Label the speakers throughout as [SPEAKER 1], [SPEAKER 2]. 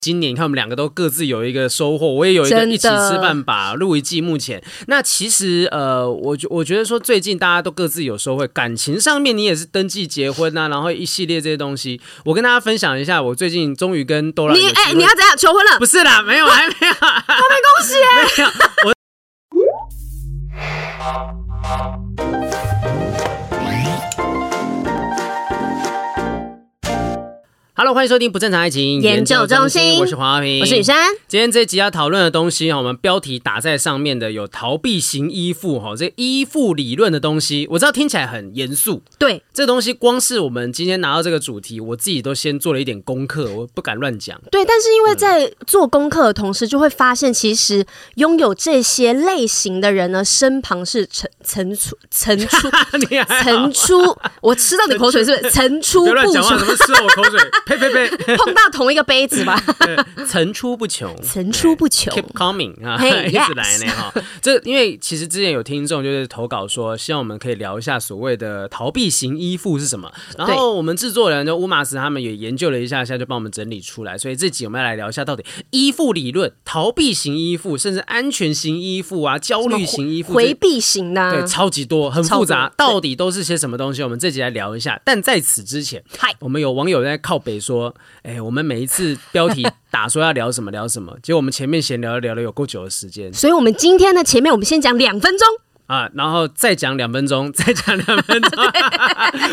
[SPEAKER 1] 今年你看我们两个都各自有一个收获，我也有一个
[SPEAKER 2] 真的
[SPEAKER 1] 一起吃饭吧录一季。目前那其实呃，我觉我觉得说最近大家都各自有收获，感情上面你也是登记结婚啊，然后一系列这些东西，我跟大家分享一下，我最近终于跟多拉
[SPEAKER 2] 你哎、你要怎样求婚了？哦
[SPEAKER 1] 不是啦，没有，还没有，
[SPEAKER 2] 恭喜耶！
[SPEAKER 1] 没有，我。Hello，欢迎收听不正常爱情
[SPEAKER 2] 研究中心
[SPEAKER 1] 我是黄浩平，
[SPEAKER 2] 我是雨珊，
[SPEAKER 1] 今天这一集要讨论的东西哈，我们标题打在上面的有逃避型依附哈，这依附理论的东西，我知道听起来很严肃，
[SPEAKER 2] 对，
[SPEAKER 1] 这东西光是我们今天拿到这个主题，我自己都先做了一点功课，我不敢乱讲。
[SPEAKER 2] 对，但是因为在做功课的同时，就会发现其实拥有这些类型的人呢，身旁是层层出 层出
[SPEAKER 1] 你 还好
[SPEAKER 2] 层 出，我吃到你口水是不是？层出
[SPEAKER 1] 不要乱
[SPEAKER 2] 不
[SPEAKER 1] 讲话，
[SPEAKER 2] 穷
[SPEAKER 1] 怎，么吃了我口 水？呸呸呸！
[SPEAKER 2] 碰到同一个杯 子吧，
[SPEAKER 1] 层出不穷，
[SPEAKER 2] 层出不穷。
[SPEAKER 1] Keep coming 啊，
[SPEAKER 2] Hey,
[SPEAKER 1] 一直
[SPEAKER 2] yes
[SPEAKER 1] 来呢哈。这因为其实之前有听众就是投稿说，希望我们可以聊一下所谓的逃避型依附是什么。然后我们制作人就乌马斯他们也研究了一下，现在就帮我们整理出来。所以这集我们要来聊一下到底依附理论、逃避型依附，甚至安全型依附啊、焦虑型依附、
[SPEAKER 2] 回避型的、啊
[SPEAKER 1] 对，超级多，很复杂
[SPEAKER 2] 嗯超多，对
[SPEAKER 1] 到底都是些什么东西？我们这集来聊一下。但在此之前，
[SPEAKER 2] 嗨
[SPEAKER 1] 我们有网友在靠北说，哎、我们每一次标题打说要聊什么聊什么，结果我们前面闲聊聊了有够久的时间
[SPEAKER 2] 所以我们今天呢，前面我们先讲两分钟，
[SPEAKER 1] 啊，然后再讲两分钟， 再讲两分钟，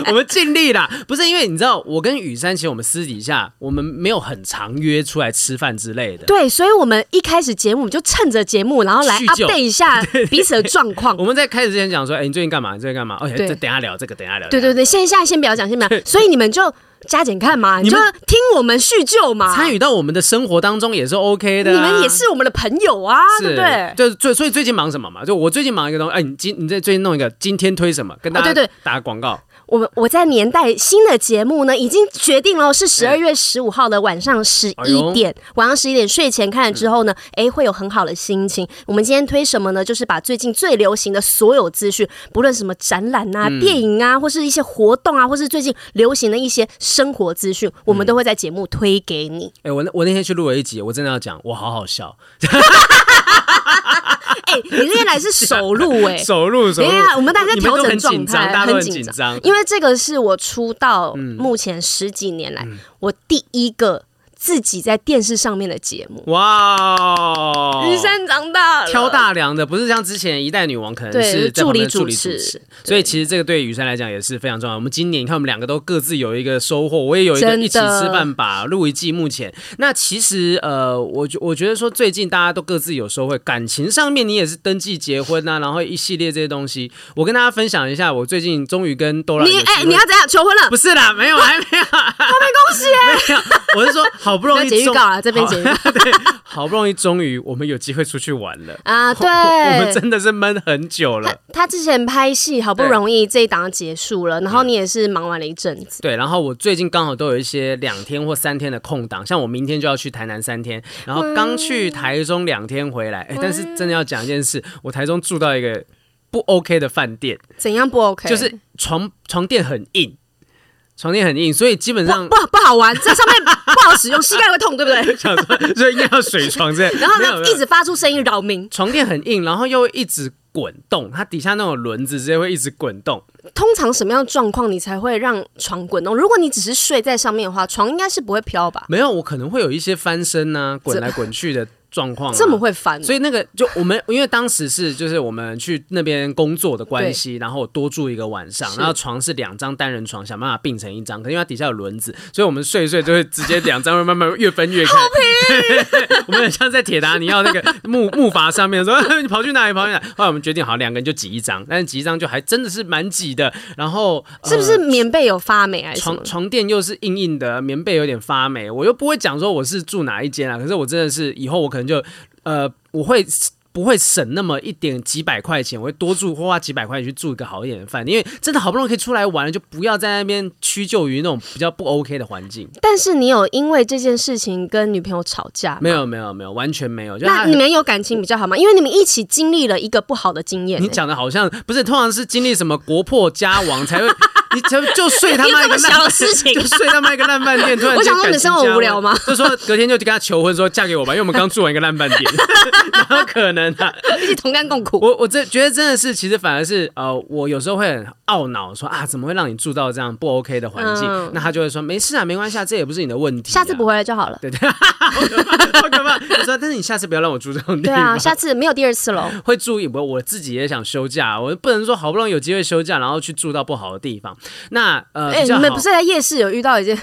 [SPEAKER 1] 我们尽力啦。不是因为你知道，我跟雨珊其实我们私底下我们没有很常约出来吃饭之类的。
[SPEAKER 2] 对，所以我们一开始节目我们就趁着节目，然后来
[SPEAKER 1] 叙旧
[SPEAKER 2] update 一下 彼此的状况
[SPEAKER 1] 我。们在开始之前讲说，哎、你最近干嘛？你最近干嘛？哦，
[SPEAKER 2] 对
[SPEAKER 1] 这等一下聊这个，等一下聊。
[SPEAKER 2] 对对对，线下先不要讲，先不要讲，所以你们就加减看嘛，你
[SPEAKER 1] 你
[SPEAKER 2] 就
[SPEAKER 1] 们
[SPEAKER 2] 听我们叙旧嘛，
[SPEAKER 1] 参与到我们的生活当中也是 OK 的、
[SPEAKER 2] 你
[SPEAKER 1] 啊。
[SPEAKER 2] 们也是我们的朋友啊，对
[SPEAKER 1] 是，
[SPEAKER 2] 不对？
[SPEAKER 1] 就是最所以最近忙什么嘛？就我最近忙一个东西，哎，你今你在最近弄一个今天推什么，跟大家
[SPEAKER 2] 啊对对
[SPEAKER 1] 打广告，
[SPEAKER 2] 我们我在年代新的节目呢，已经决定了是十二月十五号的晚上十
[SPEAKER 1] 哎
[SPEAKER 2] 一
[SPEAKER 1] 呦
[SPEAKER 2] 点，晚上十一点睡前看了之后呢，哎、会有很好的心情。我们今天推什么呢？就是把最近最流行的所有资讯，不论什么展览
[SPEAKER 1] 嗯
[SPEAKER 2] 啊、电影啊，或是一些活动啊，或是最近流行的一些生活资讯，我
[SPEAKER 1] 嗯
[SPEAKER 2] 们都会在节目推给你。
[SPEAKER 1] 哎、我那我那天去录了一集，我真的要讲，我好好笑，
[SPEAKER 2] 哎、你那天 来是
[SPEAKER 1] 啊
[SPEAKER 2] 首录哎、
[SPEAKER 1] 手录手
[SPEAKER 2] 等
[SPEAKER 1] 录
[SPEAKER 2] 一，下，我们大家
[SPEAKER 1] 你
[SPEAKER 2] 调
[SPEAKER 1] 们都
[SPEAKER 2] 整
[SPEAKER 1] 很
[SPEAKER 2] 状
[SPEAKER 1] 紧张，
[SPEAKER 2] 态，
[SPEAKER 1] 大家都很
[SPEAKER 2] 紧
[SPEAKER 1] 紧张。嗯
[SPEAKER 2] 因为这个是我出道目前十几年来、我第一个自己在电视上面的节目。
[SPEAKER 1] 哇哦，
[SPEAKER 2] 余生长大了，
[SPEAKER 1] 挑大梁的，不是像之前一代女王可能
[SPEAKER 2] 对
[SPEAKER 1] 是在旁边
[SPEAKER 2] 助
[SPEAKER 1] 助
[SPEAKER 2] 理
[SPEAKER 1] 理
[SPEAKER 2] 主
[SPEAKER 1] 主
[SPEAKER 2] 持
[SPEAKER 1] 持，
[SPEAKER 2] 对
[SPEAKER 1] 所以其实这个对于雨珊来讲也是非常重要。我们今年你看，我们两个都各自有一个收获，我也有一个
[SPEAKER 2] 真的
[SPEAKER 1] 一起吃饭吧录一季。目前那其实呃，我觉我觉得说最近大家都各自有收获，感情上面你也是登记结婚啊，然后一系列这些东西，我跟大家分享一下，我最近终于跟 Dora
[SPEAKER 2] 你
[SPEAKER 1] 有机
[SPEAKER 2] 哎、
[SPEAKER 1] 会
[SPEAKER 2] 你要怎样求婚了？
[SPEAKER 1] 不是啦，没有，还没 有，
[SPEAKER 2] 恭喜哎、
[SPEAKER 1] 没有，我是说好不容易
[SPEAKER 2] 那剪预
[SPEAKER 1] 终
[SPEAKER 2] 告啦啊这边剪预告
[SPEAKER 1] 好 对，好不容易终于我们有机会出去玩了。
[SPEAKER 2] 啊！对，
[SPEAKER 1] 我们真的是闷很久了。
[SPEAKER 2] 他之前拍戏好不容易这一档结束了，然后你也是忙完了一阵子。
[SPEAKER 1] 对，然后我最近刚好都有一些两天或三天的空档，像我明天就要去台南三天，然后刚去台中两天回来。哎，但是真的要讲一件事，我台中住到一个不 OK 的饭店，
[SPEAKER 2] 怎样不 OK？
[SPEAKER 1] 就是床床垫很硬，床垫很硬，所以基本
[SPEAKER 2] 不
[SPEAKER 1] 上
[SPEAKER 2] 不好不好玩，在上面不好使用， 膝盖会痛，对 不对？
[SPEAKER 1] 想说，所以硬要水床这样。
[SPEAKER 2] 然后
[SPEAKER 1] 没有
[SPEAKER 2] 呢，
[SPEAKER 1] 没有
[SPEAKER 2] 一直发出声音扰民。
[SPEAKER 1] 床垫很硬，然后又一直滚动，它底下那种轮子直接会一直滚动。
[SPEAKER 2] 通常什么样的状况你才会让床滚动？如果你只是睡在上面的话，床应该是不会飘吧？
[SPEAKER 1] 没有，我可能会有一些翻身啊，滚来滚去的状况、啊。
[SPEAKER 2] 这么会翻哦、
[SPEAKER 1] 所以那个就我们，因为当时是就是我们去那边工作的关系，然后我多住一个晚上，
[SPEAKER 2] 是
[SPEAKER 1] 然后床是两张单人床，想办法并成一张，可是因为它底下有轮子，所以我们睡一睡就会直接两张慢慢越分越开。我们很像在铁达尼奥那个木木筏上面说 你跑去哪里跑去哪里，后来我们决定好两个人就挤一张，但是挤一张就还真的是蛮挤的，然后、呃
[SPEAKER 2] 是不是棉被有发霉还是什么
[SPEAKER 1] 床？床垫又是硬硬的，棉被有点发霉，我又不会讲说我是住哪一间啊，可是我真的是以后我可能就呃，我会。不会省那么一点几百块钱，我会多住花几百块钱去住一个好一点的饭店，因为真的好不容易可以出来玩了，就不要在那边屈就于那种比较不 OK 的环境。
[SPEAKER 2] 但是你有因为这件事情跟女朋友吵架吗？
[SPEAKER 1] 没有没有没有，完全没有。就
[SPEAKER 2] 那
[SPEAKER 1] 他
[SPEAKER 2] 你们有感情比较好吗？因为你们一起经历了一个不好的经验、
[SPEAKER 1] 你
[SPEAKER 2] 欸。
[SPEAKER 1] 讲的好像不是，通常是经历什么国破家亡才会你就就睡他妈一个
[SPEAKER 2] 因为这么
[SPEAKER 1] 烂
[SPEAKER 2] 小的事情
[SPEAKER 1] 就睡他妈一个烂饭店。突然
[SPEAKER 2] 我
[SPEAKER 1] 间
[SPEAKER 2] 想说
[SPEAKER 1] 感
[SPEAKER 2] 你
[SPEAKER 1] 情
[SPEAKER 2] 生活
[SPEAKER 1] 加
[SPEAKER 2] 无聊
[SPEAKER 1] 温
[SPEAKER 2] 吗
[SPEAKER 1] 就说隔天就跟他求婚，说嫁给我吧，因为我们刚住完一个烂饭店， 哪有可能啊？
[SPEAKER 2] 一起同甘共苦。
[SPEAKER 1] 我我这觉得真的是，其实反而是呃，我有时候会很懊恼说啊，怎么会让你住到这样不 OK 的环境？
[SPEAKER 2] 嗯
[SPEAKER 1] 那他就会说没事啊，没关系啊，这也不是你的问题、
[SPEAKER 2] 下次不。回来就好了。
[SPEAKER 1] 对对， 好可怕，好可怕！我说，但是你下次不要让我住这种地
[SPEAKER 2] 对
[SPEAKER 1] 方。
[SPEAKER 2] 啊，下次没有第二次喽。
[SPEAKER 1] 会注意，我我自己也想休假，我不能说好不容易有机会休假，然后去住到不好的地方。那呃，
[SPEAKER 2] 哎、
[SPEAKER 1] 比较
[SPEAKER 2] 你们
[SPEAKER 1] 好
[SPEAKER 2] 不是在夜市有遇到一件？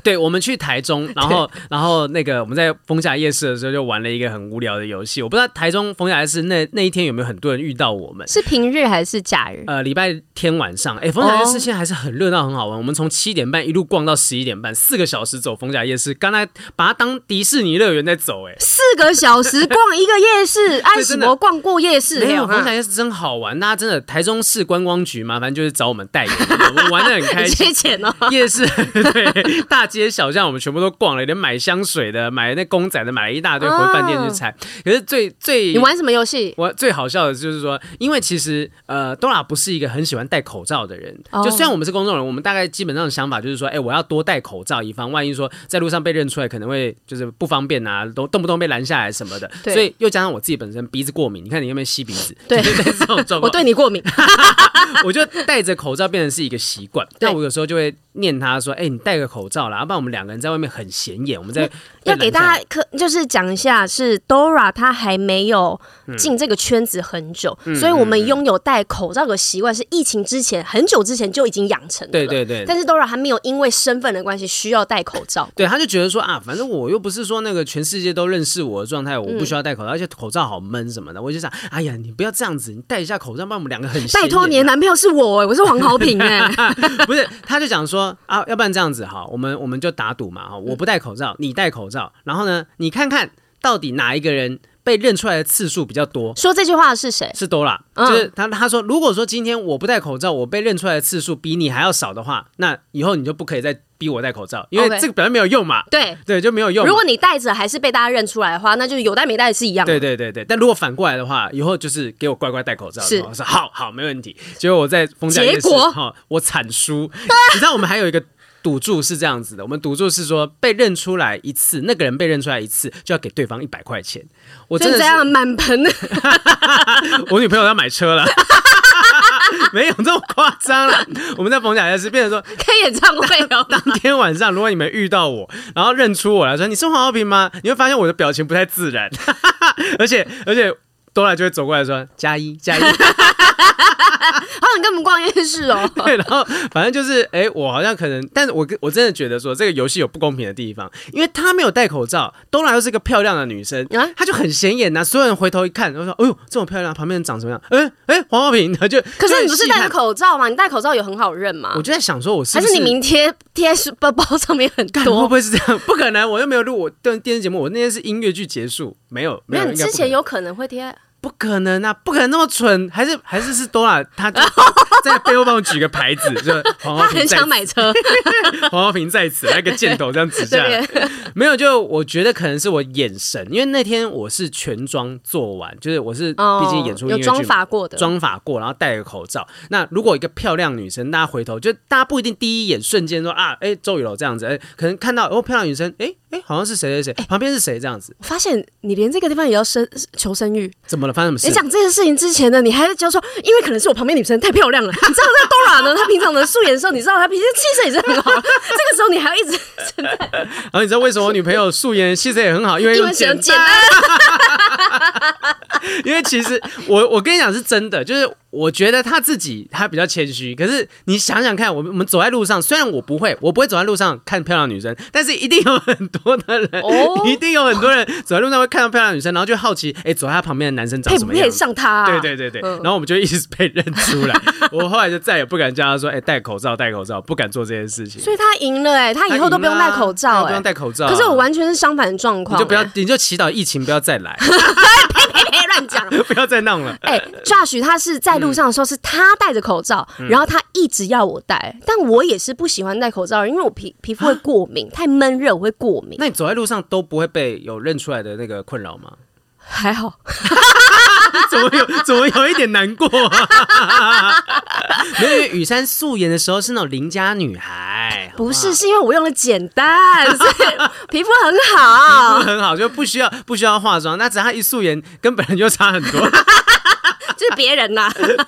[SPEAKER 1] 对，我们去台中，然后然后那个我们在丰甲夜市的时候就玩了一个很无聊的游戏，我不知道台中丰甲夜市那那一天有没有很多人遇到我们。
[SPEAKER 2] 是平日还是假日？
[SPEAKER 1] 呃，礼拜天晚上，哎、逢甲夜市
[SPEAKER 2] 哦
[SPEAKER 1] 现在还是很热闹，很好玩。我们从七点半一路逛到十一点半，四个小时走逢甲夜市，刚才把它当迪士尼乐园在走、哎。
[SPEAKER 2] 四个小时逛一个 夜市，安喜
[SPEAKER 1] 真的
[SPEAKER 2] 博逛过夜市
[SPEAKER 1] 没有，
[SPEAKER 2] 啊
[SPEAKER 1] 逢甲夜市真好玩，大家真的台中市观光局麻烦就是找我们代言，我们玩的很 开
[SPEAKER 2] 你
[SPEAKER 1] 心啊
[SPEAKER 2] 缺。钱哦。
[SPEAKER 1] 夜市对大街小巷，我们全部都逛了，连买香水的、买那公仔的，买了一大堆，回饭店去拆。可是最最
[SPEAKER 2] 啊你玩什么游戏？
[SPEAKER 1] 我最好笑的就是说，因为其实呃，多拉不是一个很喜欢戴口罩的人。
[SPEAKER 2] 哦
[SPEAKER 1] 就虽然我们是公众人，我们大概基本上的想法就是说，哎、我要多戴口罩，以防万一说在路上被认出来，可能会就是不方便啊，都动不动被拦下来什么的。
[SPEAKER 2] 对
[SPEAKER 1] 所以又加上我自己本身鼻子过敏，你看你有没有吸鼻子？
[SPEAKER 2] 对
[SPEAKER 1] 就是类似这种状
[SPEAKER 2] 我
[SPEAKER 1] 况。
[SPEAKER 2] 对你 过敏，
[SPEAKER 1] 我就戴着口罩变成是一个习惯。
[SPEAKER 2] 对
[SPEAKER 1] 但我有时候就会念他说：“哎、你戴个口罩啦，要不然我们两个人在外面很显眼，我们在
[SPEAKER 2] 要给
[SPEAKER 1] 家。”
[SPEAKER 2] 大家可就是讲一下，是
[SPEAKER 1] 嗯
[SPEAKER 2] Dora 她还没有进这个圈子很久，
[SPEAKER 1] 嗯
[SPEAKER 2] 所以我们拥有戴口罩的习惯是疫情之前很久之前就已经养成的。
[SPEAKER 1] 对。对对，
[SPEAKER 2] 但是 Dora 还没有因为身份的关系需要戴口罩。
[SPEAKER 1] 对，他就觉得说啊，反正我又不是说那个全世界都认识我的状态，我不需
[SPEAKER 2] 嗯
[SPEAKER 1] 要戴口罩，而且口罩好闷什么的。我就想，哎呀，你不要这样子，你戴一下口罩，不然我们两个很显
[SPEAKER 2] 拜托，
[SPEAKER 1] 眼
[SPEAKER 2] 你的男朋友是我、欸，我是黄豪平哎、
[SPEAKER 1] 不是，他就讲说啊，要不然这样子哈，我们我们就打赌嘛哈，我不戴口罩，你戴口罩，然后呢，你看看到底哪一个人被认出来的次数比较多。
[SPEAKER 2] 说这句话的是谁？
[SPEAKER 1] 是多啦，
[SPEAKER 2] 嗯
[SPEAKER 1] 就是他他说，如果说今天我不戴口罩，我被认出来的次数比你还要少的话，那以后你就不可以再逼我戴口罩，因为
[SPEAKER 2] OK
[SPEAKER 1] 这个本来没有用嘛，
[SPEAKER 2] 对，
[SPEAKER 1] 对，就没有用嘛。
[SPEAKER 2] 如果你戴着还是被大家认出来的话，那就是有戴没戴是一样的。
[SPEAKER 1] 对对对对，但如果反过来的话，以后就是给我乖乖戴口罩。
[SPEAKER 2] 是
[SPEAKER 1] 我说好好没问题。结果我在封家夜市
[SPEAKER 2] 结果
[SPEAKER 1] 哈、我惨 输。你知道我们还有一个赌注是这样子的，我们赌注是说被认出来一次，那个人被认出来一次就要给对方一百块钱。我真
[SPEAKER 2] 就
[SPEAKER 1] 的
[SPEAKER 2] 这
[SPEAKER 1] 是
[SPEAKER 2] 样满盆的，
[SPEAKER 1] 我女朋友要买车了。 没有这么夸张了，我们在逢甲夜市变成说，
[SPEAKER 2] 开演唱会 哦。
[SPEAKER 1] 当天晚上如果你们遇到我，然后认出我来说你是黄浩平吗？你会发现我的表情不太自然， 而且而且多拉就会走过来说加一加 一，
[SPEAKER 2] 好想跟我们逛夜市哦。
[SPEAKER 1] 对，然后反正就是，哎、我好像可能，但是我我真的觉得说这个游戏有不公平的地方，因为她没有戴口罩，东来又是个漂亮的女生
[SPEAKER 2] 啊，
[SPEAKER 1] 她就很显眼呐、所有人回头一看，都说，哎呦，这么漂亮，旁边人长什么样？哎、哎、黄浩平， 她就
[SPEAKER 2] 可是你不是
[SPEAKER 1] 就
[SPEAKER 2] 戴着，
[SPEAKER 1] 很细
[SPEAKER 2] 口罩吗？你戴口罩有很好认吗
[SPEAKER 1] 看我？就在想说，我是
[SPEAKER 2] 还
[SPEAKER 1] 不
[SPEAKER 2] 是你明贴贴包包上面很
[SPEAKER 1] 干会不
[SPEAKER 2] 多？
[SPEAKER 1] 会是这样？ 不可能，我又没有录我电电视节目，我那天是音乐剧结束，没有
[SPEAKER 2] 没有，
[SPEAKER 1] 有，
[SPEAKER 2] 你
[SPEAKER 1] 应该
[SPEAKER 2] 之
[SPEAKER 1] 不可哦
[SPEAKER 2] 前
[SPEAKER 1] 能
[SPEAKER 2] 有可能会贴。
[SPEAKER 1] 不可能啊，不可能那么蠢，还是还是是多拉，她 就在背后帮我举个牌子，就是黄浩
[SPEAKER 2] 他
[SPEAKER 1] 平
[SPEAKER 2] 很
[SPEAKER 1] 在
[SPEAKER 2] 想买车，
[SPEAKER 1] 黄浩平在此，那个箭头这样指下来。没有，就我觉得可能是我眼神，因为那天我是全妆做完，就是我是
[SPEAKER 2] 哦
[SPEAKER 1] 毕竟演出音
[SPEAKER 2] 有
[SPEAKER 1] 乐
[SPEAKER 2] 装
[SPEAKER 1] 剧嘛。
[SPEAKER 2] 法过的，
[SPEAKER 1] 妆法过，然后戴个口罩。那如果一个漂亮女生，大家回头就大家不一定第一眼瞬间说啊，哎、周雨柔这样子，哎、可能看到哦漂亮女生，哎、哎、好像是谁谁谁，旁边是谁这样子，
[SPEAKER 2] 我发现你连这个地方也要生求生欲。
[SPEAKER 1] 怎么了？发生什么
[SPEAKER 2] 你
[SPEAKER 1] 事？
[SPEAKER 2] 哎讲这件事情之前呢，你还在教说，因为可能是我旁边女生太 漂亮了。你知道那 Dora 呢，她平常的素颜的时候，你知道她平时气色也是 很好，这个时候你还要一直
[SPEAKER 1] 然哎后你知道为什么我女朋友素颜气色也很好，因为
[SPEAKER 2] 因
[SPEAKER 1] 用
[SPEAKER 2] 为
[SPEAKER 1] 简
[SPEAKER 2] 简
[SPEAKER 1] 单
[SPEAKER 2] 单。
[SPEAKER 1] 因为其实我我跟你讲是真的，就是我觉得他自己他比较谦虚，可是你想想看，我们我们走在路上，虽然我不会，我不会走在路上看漂亮女生，但是一定有很多的人，
[SPEAKER 2] 哦
[SPEAKER 1] 一定有很多人走在路上会看到漂亮女生，然后就好奇，哎、走在她旁边的男生长
[SPEAKER 2] 配
[SPEAKER 1] 什
[SPEAKER 2] 不
[SPEAKER 1] 么样
[SPEAKER 2] 配
[SPEAKER 1] 子？
[SPEAKER 2] 上她啊？
[SPEAKER 1] 对对对对，
[SPEAKER 2] 嗯
[SPEAKER 1] 然后我们就一直被认出 来，我后来就再也不敢叫他说，哎、戴口罩，戴口罩，不敢做这件事情。
[SPEAKER 2] 所以她赢了哎、欸，她以后都不用戴口罩
[SPEAKER 1] 他赢了啊他
[SPEAKER 2] 哎、
[SPEAKER 1] 不用戴口罩啊。
[SPEAKER 2] 可是我完全是相反的状
[SPEAKER 1] 你
[SPEAKER 2] 况、
[SPEAKER 1] 就不要
[SPEAKER 2] 哎，
[SPEAKER 1] 你就祈祷疫情不要再 来，
[SPEAKER 2] 呸呸呸， 乱讲。
[SPEAKER 1] 不要再弄了。
[SPEAKER 2] 哎、j o s h 他是在路上的时候是他戴着口罩，然后他一直要我戴，但我也是不喜欢戴口罩，因为我皮皮肤会过敏，太闷热我会过 敏。
[SPEAKER 1] 那你走在路上都不会被有认出来的那个困扰吗？
[SPEAKER 2] 还好，
[SPEAKER 1] 怎么有怎么有一点难过、啊？ 没有，因为雨山素颜的时候是那种邻家女孩，
[SPEAKER 2] 不是，是因为我用的简单，所以皮肤很好，
[SPEAKER 1] 很好，就不需要不需要化妆。那只要她一素颜，跟本人就差很多。
[SPEAKER 2] 就是别人呐、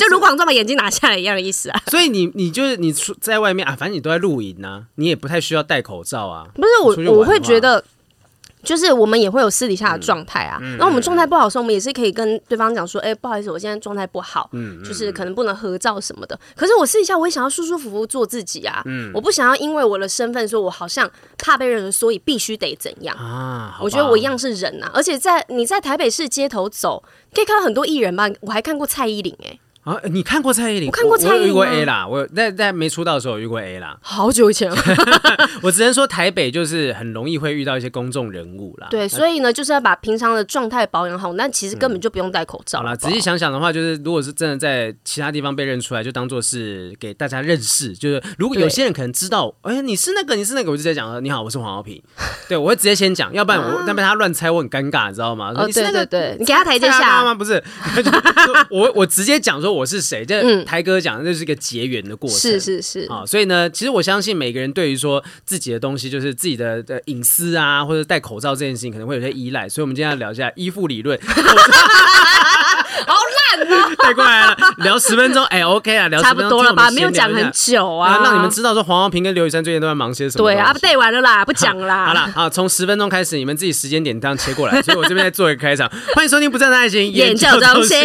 [SPEAKER 2] 就卢广仲把眼睛拿下来一样的意思 啊。
[SPEAKER 1] 所以你你就是你出在外面啊，反正你都在露营呐，你也不太需要戴口罩啊。
[SPEAKER 2] 不是
[SPEAKER 1] 出去
[SPEAKER 2] 我，我
[SPEAKER 1] 玩的
[SPEAKER 2] 会
[SPEAKER 1] 话
[SPEAKER 2] 觉得。就是我们也会有私底下的状态啊，
[SPEAKER 1] 嗯
[SPEAKER 2] 然后我们状态不好的时候，我们也是可以跟对方讲说，哎、不好意思，我现在状态不好，
[SPEAKER 1] 嗯
[SPEAKER 2] 就是可能不能合照什么的。可是我私底下我也想要舒舒服服做自己啊，
[SPEAKER 1] 嗯
[SPEAKER 2] 我不想要因为我的身份说我好像怕被认识，所以必须得怎样。
[SPEAKER 1] 啊，好吧
[SPEAKER 2] 我觉得我一样是人啊呐、而且在你在台北市街头走，可以看到很多艺人吧，我还看过蔡依林、哎，
[SPEAKER 1] 啊。你看过蔡依林？
[SPEAKER 2] 我看过蔡依林啊
[SPEAKER 1] 我有遇过 A 啦，我有在在没出道的时候有遇过 A 啦。
[SPEAKER 2] 好久以前了。
[SPEAKER 1] 我只能说台北就是很容易会遇到一些公众人物啦。
[SPEAKER 2] 对，所以呢，就是要把平常的状态保养好。那其实根本就不用戴口罩。
[SPEAKER 1] 好啦，
[SPEAKER 2] 好不
[SPEAKER 1] 仔
[SPEAKER 2] 好
[SPEAKER 1] 细想想的话，就是如果是真的在其他地方被认出来，就当做是给大家认识。就是如果有
[SPEAKER 2] 对
[SPEAKER 1] 些人可能知道，哎、你是那个，你是那个，我就直接讲呃你好，我是黄浩 平。对，我会直接先讲，要不然我那被他乱猜，我很尴尬，你知道吗？
[SPEAKER 2] 啊哦，
[SPEAKER 1] 你是那
[SPEAKER 2] 对
[SPEAKER 1] 个
[SPEAKER 2] 对对，你给他台阶
[SPEAKER 1] 蔡阿妈
[SPEAKER 2] 下。
[SPEAKER 1] 吗？不是， 就我我直接讲说我是谁，这台哥讲这是一个结缘的过程。
[SPEAKER 2] 嗯是是是，
[SPEAKER 1] 啊、所以呢，其实我相信每个人对于说自己的东西，就是自己的呃隐私啊，或者戴口罩这件事情，可能会有些依赖。所以，我们今天要聊一下依附理 论。口罩 带过来了，聊十分钟，哎、o k 啊，聊
[SPEAKER 2] 啊差
[SPEAKER 1] 10
[SPEAKER 2] 不
[SPEAKER 1] 分钟
[SPEAKER 2] 多了吧？
[SPEAKER 1] 这
[SPEAKER 2] 没
[SPEAKER 1] 样
[SPEAKER 2] 有
[SPEAKER 1] 我们闲
[SPEAKER 2] 讲
[SPEAKER 1] 聊一下
[SPEAKER 2] 很久
[SPEAKER 1] 啊
[SPEAKER 2] 啊，，
[SPEAKER 1] 让你们知道说黄浩平跟刘雨山最近都在忙些什么东西。
[SPEAKER 2] 对啊，update 完了啦，不讲
[SPEAKER 1] 好
[SPEAKER 2] 啦。
[SPEAKER 1] 啦，好，从十分钟开始，你们自己时间点这样切过来，所以我这边再做一个开场，欢迎收听不正的爱情
[SPEAKER 2] 研究中
[SPEAKER 1] 中
[SPEAKER 2] 心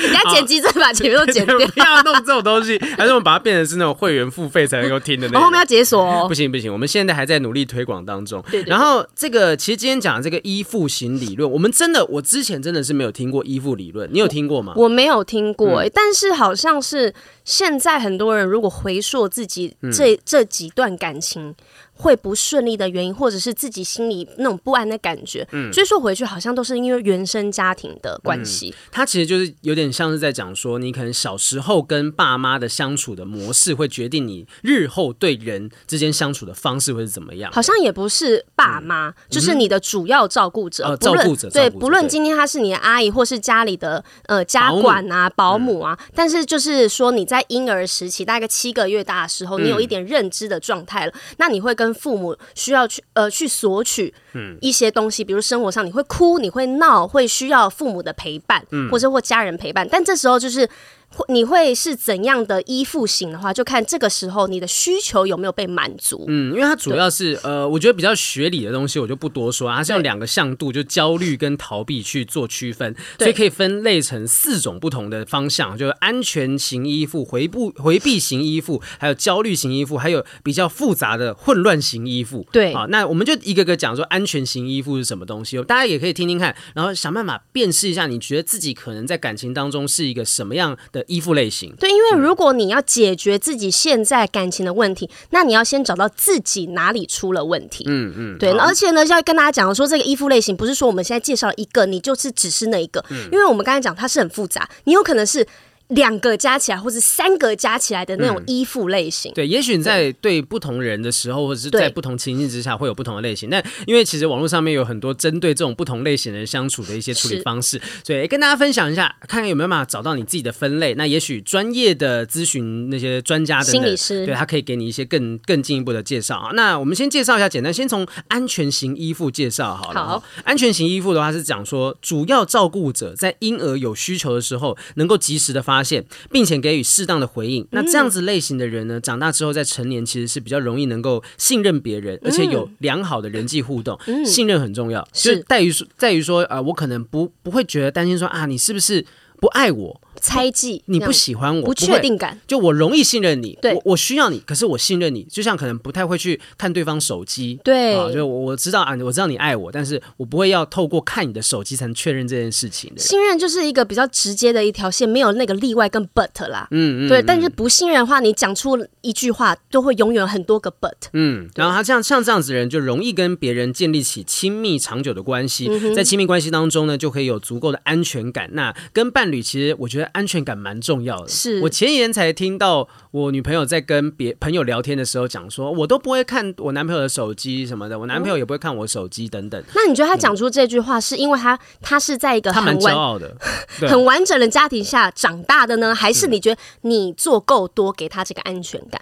[SPEAKER 2] 人家剪辑再把前面都 剪 掉，
[SPEAKER 1] 不要弄这种东西，还是我们把它变成是那种会员付费才能够听的那
[SPEAKER 2] 我后面
[SPEAKER 1] 种
[SPEAKER 2] 要。解锁哦
[SPEAKER 1] 不。行不行，我们现在还在努力推广当中。
[SPEAKER 2] 对对对
[SPEAKER 1] 然后这个其实今天讲的这个依附型理论，我们真的我之前真的是没有听过依附理论，你有听过吗？
[SPEAKER 2] 我没有听过、
[SPEAKER 1] 嗯
[SPEAKER 2] 欸，但是好像是现在很多人如果回溯自己
[SPEAKER 1] 嗯
[SPEAKER 2] 这、这几段感情会不顺利的原因，或者是自己心里那种不安的感觉，
[SPEAKER 1] 嗯
[SPEAKER 2] 追溯回去好像都是因为原生家庭的关系。
[SPEAKER 1] 它其实就是有点像是在讲说，你可能小时候跟爸妈的相处的模式，会决定你日后对人之间相处的方式会是怎么样。嗯
[SPEAKER 2] 好像也不是爸妈，就是你的主要照顾者，
[SPEAKER 1] 呃
[SPEAKER 2] 不论
[SPEAKER 1] 照顾者
[SPEAKER 2] 对，
[SPEAKER 1] 照顾者
[SPEAKER 2] 不论今天他是你的阿姨，或是家里的呃家管啊、保姆啊，但是就是说你在婴儿时期，大概七个月大的时候，你有一点认知的状态了，
[SPEAKER 1] 嗯
[SPEAKER 2] 那你会跟父母需要去呃去索取
[SPEAKER 1] 嗯
[SPEAKER 2] 一些东西，比如生活上你会哭，你会闹，会需要父母的陪伴，
[SPEAKER 1] 嗯
[SPEAKER 2] 或者或家人陪伴，但这时候就是。或你会是怎样的依附型的话，就看这个时候你的需求有没有被满足。
[SPEAKER 1] 嗯，因为它主要是呃，我觉得比较学理的东西我就不多说啊，它是用
[SPEAKER 2] 对
[SPEAKER 1] 两个向度，就焦虑跟逃避去做区分，
[SPEAKER 2] 对
[SPEAKER 1] 所以可以分类成四种不同的方向，就是安全型依附、回不回避型依附，还有焦虑型依附，还有比较复杂的混乱型依附。
[SPEAKER 2] 对
[SPEAKER 1] 好，那我们就一个个讲说安全型依附是什么东西，大家也可以听听看，然后想办法辨识一下，你觉得自己可能在感情当中是一个什么样的依附类型。
[SPEAKER 2] 对，因为如果你要解决自己现在感情的问题，那你要先找到自己哪里出了问题。嗯嗯，对。而且呢，要跟大家讲说，这个依附类型不是说我们现在介绍一个，你就是只是那一个，因为我们刚才讲它是很复杂，你有可能是两个加起来，或是三个加起来的那种依附类型。
[SPEAKER 1] 对，也许你在对不同人的时候，或者是
[SPEAKER 2] 对
[SPEAKER 1] 在不同情境之下，会有不同的类型。但因为其实网络上面有很多针对这种不同类型人相处的一些处理
[SPEAKER 2] 是
[SPEAKER 1] 方式，所以、诶跟大家分享一下，看看有没有办法找到你自己的分类。那也许专业的咨询那些专家等等
[SPEAKER 2] 心理师
[SPEAKER 1] 对他可以给你一些更更进一步的介绍啊。那我们先介绍一下，简单先从安全型依附介绍好了。
[SPEAKER 2] 好，
[SPEAKER 1] 安全型依附的话是讲说，主要照顾者在婴儿有需求的时候，能够及时的发现，并且给予适当的回应。那
[SPEAKER 2] 嗯
[SPEAKER 1] 这样子类型的人呢，长大之后在成年其实是比较容易能够信任别
[SPEAKER 2] 嗯
[SPEAKER 1] 人，而且有良好的人际互动。信任很重要，
[SPEAKER 2] 是
[SPEAKER 1] 就在于说，在于说，呃，我可能不不会觉得担心说啊，你是不是不爱我，
[SPEAKER 2] 猜忌，
[SPEAKER 1] 你
[SPEAKER 2] 这
[SPEAKER 1] 不
[SPEAKER 2] 样
[SPEAKER 1] 喜欢我，
[SPEAKER 2] 不
[SPEAKER 1] 会
[SPEAKER 2] 确定感，
[SPEAKER 1] 就我容易信任你，
[SPEAKER 2] 对
[SPEAKER 1] 我我需要你，可是我信任你，就像可能不太会去看对方手机，
[SPEAKER 2] 对
[SPEAKER 1] 啊，就我我知道啊，我知道你爱我，但是我不会要透过看你的手机才能确认这件事情的人。
[SPEAKER 2] 信任就是一个比较直接的一条线，没有那个例外跟 but 啦。嗯嗯，对。但是不信任的话，你讲出一句话，就会永远很多个 but。
[SPEAKER 1] 嗯，然后他这样像这样子的人，就容易跟别人建立起亲密
[SPEAKER 2] 嗯
[SPEAKER 1] 长久的关系。在亲密关系当中呢，就可以有足够的安全感。那跟伴侣其实我觉得安全感蛮重要的。
[SPEAKER 2] 是
[SPEAKER 1] 我前几天才听到我女朋友在跟别朋友聊天的时候讲说，我都不会看我男朋友的手机什么的，我男朋
[SPEAKER 2] 嗯
[SPEAKER 1] 友也不会看我手机等等。
[SPEAKER 2] 那你觉得他讲出这句话，是因为他他是在一个
[SPEAKER 1] 他蛮
[SPEAKER 2] 很
[SPEAKER 1] 骄
[SPEAKER 2] 完
[SPEAKER 1] 傲的，嗯对
[SPEAKER 2] 很完整的家庭下长大的呢，还是你觉得你做够多给他这个安全感？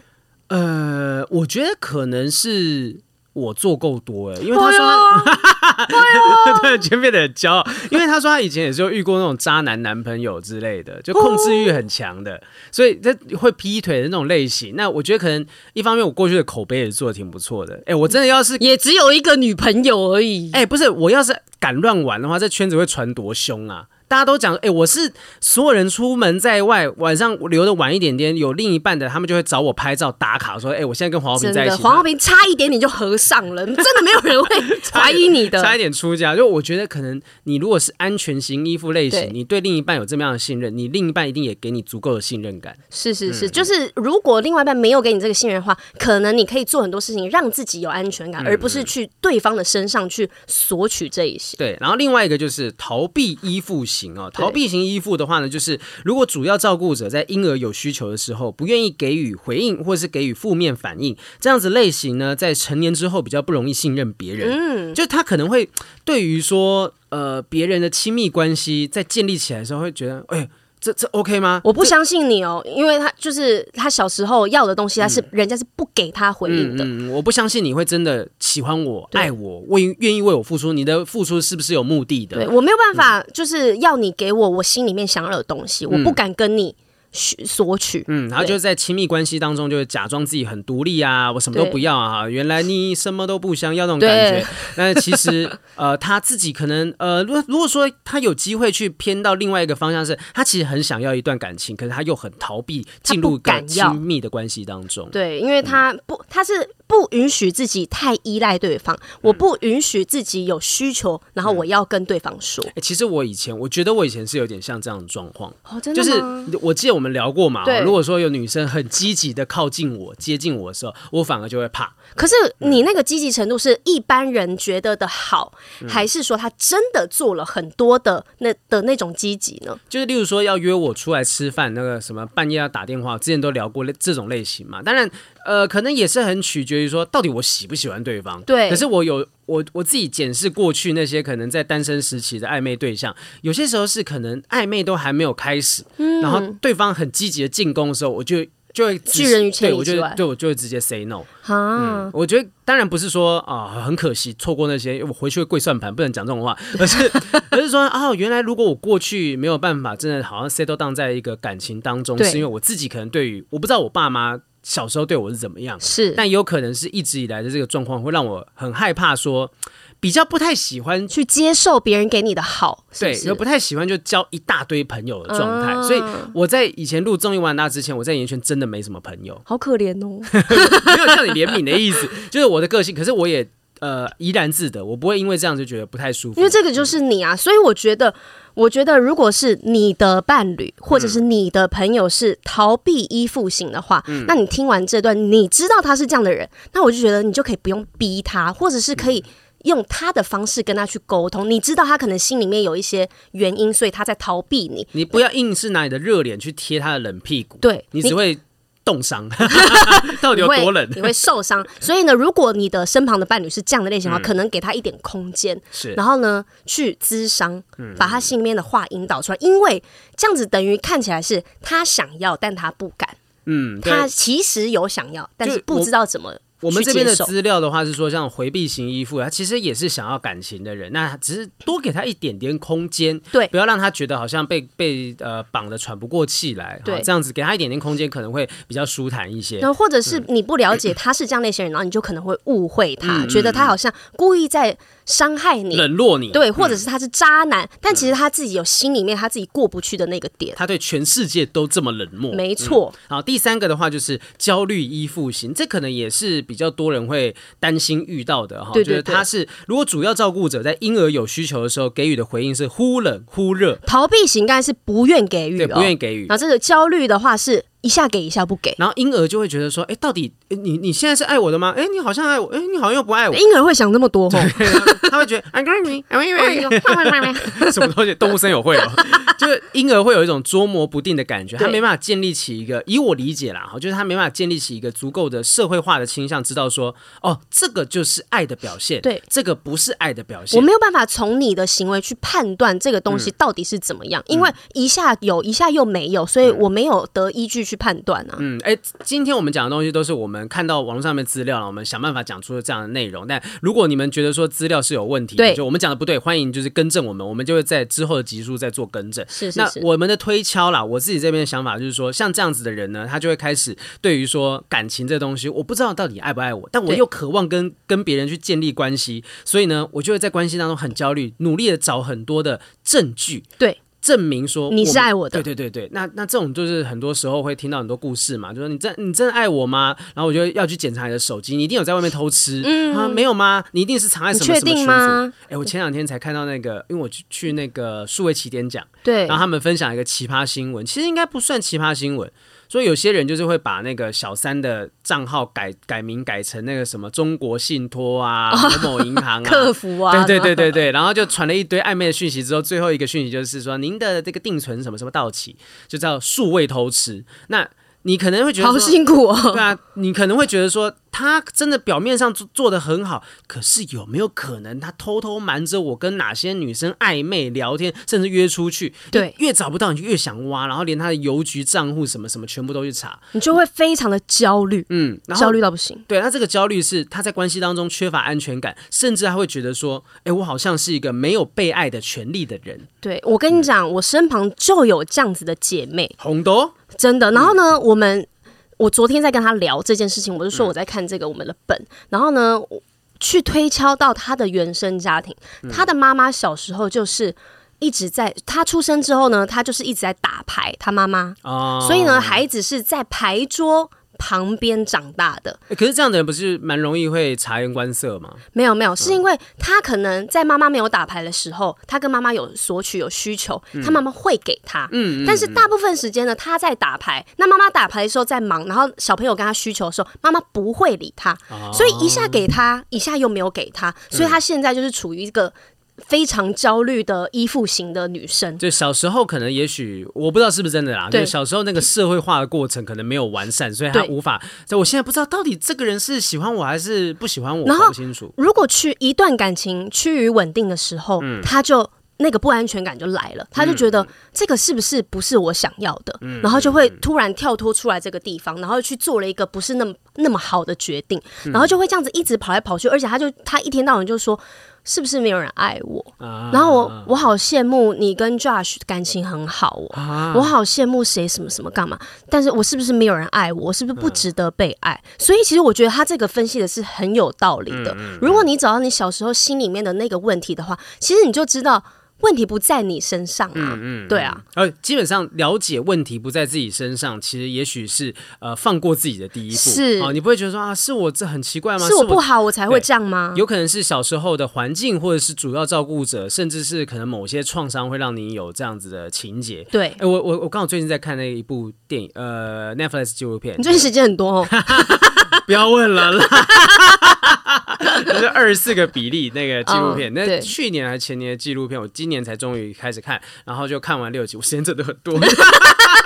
[SPEAKER 1] 呃，我觉得可能是我做够多哎，因为他
[SPEAKER 2] 哎
[SPEAKER 1] 说
[SPEAKER 2] 呦
[SPEAKER 1] 他。
[SPEAKER 2] 哦
[SPEAKER 1] 突然间变得很骄傲，因为他说他以前也是有遇过那种渣男男朋友之类的，就控制欲很强的，所以他会劈腿的那种类型。那我觉得可能一方面我过去的口碑也做的挺不错的，哎、我真的要是。
[SPEAKER 2] 也只有一个女朋友而已。
[SPEAKER 1] 哎、不是，我要是敢乱玩的话，这圈子会传多凶啊！大家都讲，哎、我是所有人出门在外，晚上留的晚一点点，有另一半的，他们就会找我拍照打卡，说，哎、我现在跟黄浩平
[SPEAKER 2] 真
[SPEAKER 1] 在一
[SPEAKER 2] 的，
[SPEAKER 1] 起。
[SPEAKER 2] 黄浩平差一点你就合上了， 真的没有人会怀疑你 的。
[SPEAKER 1] 差一点出家。就我觉得，可能你如果是安全型依附类型
[SPEAKER 2] 对，
[SPEAKER 1] 你对另一半有这么样的信任，你另一半一定也给你足够的信任感。
[SPEAKER 2] 是是
[SPEAKER 1] 嗯
[SPEAKER 2] 是，就是如果另外一半没有给你这个信任的话，可能你可以做很多事情让自己有安全
[SPEAKER 1] 嗯
[SPEAKER 2] 感，而不是去对方的身上去索取这一些。
[SPEAKER 1] 对，然后另外一个就是逃避依附型哦，
[SPEAKER 2] 对
[SPEAKER 1] 逃避型依附的话呢，就是如果主要照顾者在婴儿有需求的时候，不愿意给予回应或是给予负面反应，这样子类型呢，在成年之后比较不容易信任别人。嗯，就他可能会对于说呃别人的亲密关系在建立起来的时候，会觉得哎。这这 OK 吗？
[SPEAKER 2] 我不相信你哦，因为他就是他小时候要的东西，他是、人家是不给他回应的。
[SPEAKER 1] 嗯嗯，我不相信你会真的喜欢我、
[SPEAKER 2] 对
[SPEAKER 1] 爱我，为愿意为我付出。你的付出是不是有目的
[SPEAKER 2] 对嗯
[SPEAKER 1] 的？
[SPEAKER 2] 我没有办法，就是要你给我我心里面想要的东西，我不敢跟你许索取。
[SPEAKER 1] 嗯，然后就在亲密关系当中，就会假装自己很独立啊，我什么都
[SPEAKER 2] 对
[SPEAKER 1] 不要啊，原来你什么都不想要那种感觉
[SPEAKER 2] 对。
[SPEAKER 1] 但是其实，呃，他自己可能，呃，如果如果说他有机会去偏到另外一个方向是，他其实很想要一段感情，可是他又很逃避进入一
[SPEAKER 2] 他
[SPEAKER 1] 个
[SPEAKER 2] 不敢要
[SPEAKER 1] 亲密的关系当中。
[SPEAKER 2] 对，因为他不，他是不允许自己太依赖对方，我不允许自己有需求，然后我要跟对方说。
[SPEAKER 1] 欸其实我以前，我觉得我以前是有点像这样的状况。
[SPEAKER 2] 哦，真
[SPEAKER 1] 就
[SPEAKER 2] 的
[SPEAKER 1] 是
[SPEAKER 2] 吗？
[SPEAKER 1] 我记得我们聊过嘛，哦
[SPEAKER 2] 对
[SPEAKER 1] 如果说有女生很积极的靠近我、接近我的时候，我反而就会怕。
[SPEAKER 2] 可是你那个积极程度是一般人觉得的好，还是说他真的做了很多的那的那种积极呢？
[SPEAKER 1] 就是例如说要约我出来吃饭，那个什么半夜要打电话，之前都聊过类这种类型嘛。当然，呃，可能也是很取决于说到底我喜不喜欢对方。
[SPEAKER 2] 对
[SPEAKER 1] 可是我有我我自己检视过去那些可能在单身时期的暧昧对象，有些时候是可能暧昧都还没有开始，
[SPEAKER 2] 嗯
[SPEAKER 1] 然后对方很积极的进攻的时候，我就。就会直
[SPEAKER 2] 拒人于千里
[SPEAKER 1] 对我就
[SPEAKER 2] 之外
[SPEAKER 1] 对我就会直接 say no，
[SPEAKER 2] 啊，
[SPEAKER 1] 我觉得当然不是说啊、很可惜错过那些，我回去会跪算盘，不能讲这种话，而是而是说啊、原来如果我过去没有办法，真的好像 settle down 在一个感情当中，
[SPEAKER 2] 对
[SPEAKER 1] 是因为我自己可能对于我不知道我爸妈小时候对我是怎么样，
[SPEAKER 2] 是
[SPEAKER 1] 但也有可能是一直以来的这个状况会让我很害怕说比较不太喜欢
[SPEAKER 2] 去接受别人给你的好，是
[SPEAKER 1] 对
[SPEAKER 2] 不，是
[SPEAKER 1] 又不太喜欢就交一大堆朋友的状态，
[SPEAKER 2] 啊
[SPEAKER 1] 所以我在以前录综艺玩大之前，我在演艺圈真的没什么朋友，
[SPEAKER 2] 好可怜哦。
[SPEAKER 1] 没有叫你怜悯的意思， 就是我的个性，可是我也呃怡然自得，我不会因为这样就觉得不太舒服。
[SPEAKER 2] 因为这个就是你啊，所以我觉得，我觉得如果是你的伴侣或者是
[SPEAKER 1] 嗯
[SPEAKER 2] 你的朋友是逃避依附型的话，那你听完这段，你知道他是这样的人，那我就觉得你就可以不用逼他，或者是可
[SPEAKER 1] 嗯
[SPEAKER 2] 以。用他的方式跟他去沟通，你知道他可能心里面有一些原因，所以他在逃避你。
[SPEAKER 1] 你不要硬是拿你的热脸去贴他的冷屁股，
[SPEAKER 2] 对
[SPEAKER 1] 你只会冻伤， 到底
[SPEAKER 2] 你
[SPEAKER 1] 有
[SPEAKER 2] 会
[SPEAKER 1] 多冷？
[SPEAKER 2] 你会受伤。所以呢，如果你的身旁的伴侣是这样的类
[SPEAKER 1] 嗯
[SPEAKER 2] 型的话，可能给他一点空间，
[SPEAKER 1] 是
[SPEAKER 2] 然后呢，去咨商，
[SPEAKER 1] 嗯
[SPEAKER 2] 把他心里面的话引导出来，因为这样子等于看起来是他想要，但他不敢。
[SPEAKER 1] 嗯，对。
[SPEAKER 2] 他其实有想要，但是
[SPEAKER 1] 就
[SPEAKER 2] 不知道怎么
[SPEAKER 1] 我们
[SPEAKER 2] 去
[SPEAKER 1] 这边
[SPEAKER 2] 接
[SPEAKER 1] 的
[SPEAKER 2] 受
[SPEAKER 1] 资料的话是说，像回避型依附，他其实也是想要感情的人，那只是多给他一点点空间，
[SPEAKER 2] 对
[SPEAKER 1] 不要让他觉得好像被被呃绑得喘不过气来，
[SPEAKER 2] 对
[SPEAKER 1] 哈这样子给他一点点空间，可能会比较舒坦一些。
[SPEAKER 2] 然后或者是
[SPEAKER 1] 嗯
[SPEAKER 2] 你不了解他是这样类型人，然后你就可能会误会
[SPEAKER 1] 嗯
[SPEAKER 2] 他，觉得他好像故意在伤害你，
[SPEAKER 1] 冷落你，
[SPEAKER 2] 对，或者是他是渣男，
[SPEAKER 1] 嗯
[SPEAKER 2] 但其实他自己有心里面他自己过不去的那个点，
[SPEAKER 1] 他对全世界都这么冷漠，
[SPEAKER 2] 没错。
[SPEAKER 1] 好，第三个的话就是焦虑依附型，这可能也是比较多人会担心遇到的哈。
[SPEAKER 2] 对
[SPEAKER 1] 就是
[SPEAKER 2] 对对
[SPEAKER 1] 他是如果主要照顾者在婴儿有需求的时候给予的回应是忽冷忽热，
[SPEAKER 2] 逃避型应该是不愿给予、
[SPEAKER 1] 对，
[SPEAKER 2] 哦，
[SPEAKER 1] 不愿意给予
[SPEAKER 2] 然。后这个焦虑的话是一下给一下不给。
[SPEAKER 1] 然后婴儿就会觉得说，哎，到底诶你你现在是爱我的吗？哎，你好像爱我，哎，你好像又不爱我。
[SPEAKER 2] 婴儿会想那么多吼，哦
[SPEAKER 1] 他会觉得 I'm going to,
[SPEAKER 2] 哎
[SPEAKER 1] I'm going to，什么 东西？动物森友会哦，就是婴儿会有一种捉摸不定的感觉，他
[SPEAKER 2] 对
[SPEAKER 1] 没办法建立起一个，以我理解啦，哈，哦就是他没办法建立起一个足够的社会化的倾向，知道说，哦，这个就是爱的表现，
[SPEAKER 2] 对
[SPEAKER 1] 这个不是爱的表现
[SPEAKER 2] 我。没有办法从你的行为去判断这个东
[SPEAKER 1] 嗯
[SPEAKER 2] 西到底是怎么样，因为一下有，一下又没有，所以我没有得依据去判断啊。
[SPEAKER 1] 嗯，哎，今天我们讲的东西都是我们看到网络上面资料了，我们想办法讲出这样的内容。但如果你们觉得说资料是有问题的，
[SPEAKER 2] 对
[SPEAKER 1] 就我们讲的不对，欢迎就是更正我们，我们就会在之后的集数再做更正。
[SPEAKER 2] 是是
[SPEAKER 1] 那
[SPEAKER 2] 是，
[SPEAKER 1] 我们的推敲啦，我自己这边的想法就是说，像这样子的人呢，他就会开始对于说感情这东西，我不知道到底爱不爱我，但我
[SPEAKER 2] 对
[SPEAKER 1] 又渴望跟跟别人去建立关系，所以呢，我就会在关系当中很焦虑，努力的找很多的证据。
[SPEAKER 2] 对。
[SPEAKER 1] 证明说
[SPEAKER 2] 你是
[SPEAKER 1] 们
[SPEAKER 2] 爱我的
[SPEAKER 1] 对对对对。那那这种就是很多时候会听到很多故事嘛，就说你真你真的爱我吗？然后我就要去检查你的手机，你一定有在外面偷吃、啊？没有吗？你一定是藏在
[SPEAKER 2] 嗯你
[SPEAKER 1] 什么
[SPEAKER 2] 确
[SPEAKER 1] 什么群
[SPEAKER 2] 定
[SPEAKER 1] 组？
[SPEAKER 2] 吗？
[SPEAKER 1] 哎，我前两天才看到那个，因为我去去那个数位起点奖，
[SPEAKER 2] 对
[SPEAKER 1] 然后他们分享一个奇葩新闻，其实应该不算奇葩新闻。所以有些人就是会把那个小三的账号改改名改成那个什么中国信托啊、某某银行啊、
[SPEAKER 2] 哦 客服啊，
[SPEAKER 1] 对对对对对，然后就传了一堆暧昧的讯息之后，最后一个讯息就是说您的这个定存什么什么到期，就叫数位偷吃。那你可能会觉
[SPEAKER 2] 好
[SPEAKER 1] 得说，
[SPEAKER 2] 辛苦哦。
[SPEAKER 1] 对啊，你可能会觉得说他真的表面上做做的很好，可是有没有可能他偷偷瞒着我跟哪些女生暧昧聊天，甚至约出去？
[SPEAKER 2] 对
[SPEAKER 1] 越找不到你就越想挖，然后连他的邮局账户什么什么全部都去查。
[SPEAKER 2] 你就会非常的焦虑，
[SPEAKER 1] 嗯，然后
[SPEAKER 2] 焦虑到不行。
[SPEAKER 1] 对他这个焦虑是他在关系当中缺乏安全感，甚至他会觉得说，哎，我好像是一个没有被爱的权利的人。
[SPEAKER 2] 对我跟你
[SPEAKER 1] 嗯
[SPEAKER 2] 讲，我身旁就有这样子的姐妹，
[SPEAKER 1] 红豆、
[SPEAKER 2] 真的。然后呢，我们我昨天在跟她聊这件事情，我就说我在看这个我们的本，然后呢，我去推敲到她的原生家庭，她的妈妈小时候就是。一直在她出生之后呢，她就是一直在打牌，她妈妈，
[SPEAKER 1] 哦
[SPEAKER 2] 所以呢，孩子是在牌桌旁边长大的。
[SPEAKER 1] 诶可是这样的人不是蛮容易会察言观色吗？
[SPEAKER 2] 没有没有，是因为他可能在妈妈没有打牌的时候，他跟妈妈有索取有需求，他妈妈会给他。嗯，但是大部分时间呢，他在打牌，那妈妈打牌的时候在忙，然后小朋友跟他需求的时候，妈妈不会理他，所以一下给他，一下又没有给他，所以他现在就是处于一个非常焦虑的依附型的女生。
[SPEAKER 1] 就小时候可能也许我不知道是不是真的啦，
[SPEAKER 2] 对
[SPEAKER 1] 就小时候那个社会化的过程可能没有完善，所以他
[SPEAKER 2] 对
[SPEAKER 1] 无法。所以我现在不知道到底这个人是喜欢我还是不喜欢我，
[SPEAKER 2] 然后
[SPEAKER 1] 搞不清楚。
[SPEAKER 2] 如果去一段感情趋于稳定的时候，他就那个不安全感就来了，他就觉得这个是不是不是我想要的，然后就会突然跳脱出来这个地方，然后去做了一个不是那么那么好的决定，然后就会这样子一直跑来跑去，而且他就他一天到晚就说。是不是没有人爱我？
[SPEAKER 1] 啊
[SPEAKER 2] 然后我我好羡慕你跟 Josh 感情很好哦，
[SPEAKER 1] 啊
[SPEAKER 2] 我好羡慕谁什么什么干嘛？但是我是不是没有人爱我？我是不是不值得被爱？所以其实我觉得他这个分析的是很有道理的。如果你找到你小时候心里面的那个问题的话，其实你就知道问题不在你身上啊，对啊。
[SPEAKER 1] 呃，基本上了解问题不在自己身上，其实也许是呃放过自己的第一步。
[SPEAKER 2] 是
[SPEAKER 1] 哦，你不会觉得说啊，是我这很奇怪吗？
[SPEAKER 2] 嗯是我不好，我才会这样吗？
[SPEAKER 1] 有可能是小时候的环境，或者是主要照顾者，甚至是可能某些创伤会让你有这样子的情节。
[SPEAKER 2] 对
[SPEAKER 1] 哎、，我我我刚好最近在看那一部电影，呃，Netflix 纪录片
[SPEAKER 2] 你，最近时间很多哦。
[SPEAKER 1] 不要问了啦，就是二十四个比例那个纪录片，
[SPEAKER 2] 嗯
[SPEAKER 1] 那
[SPEAKER 2] 对
[SPEAKER 1] 去年还前年的纪录片，我今年才终于开始看，然后就看完六集，我时间真的很多。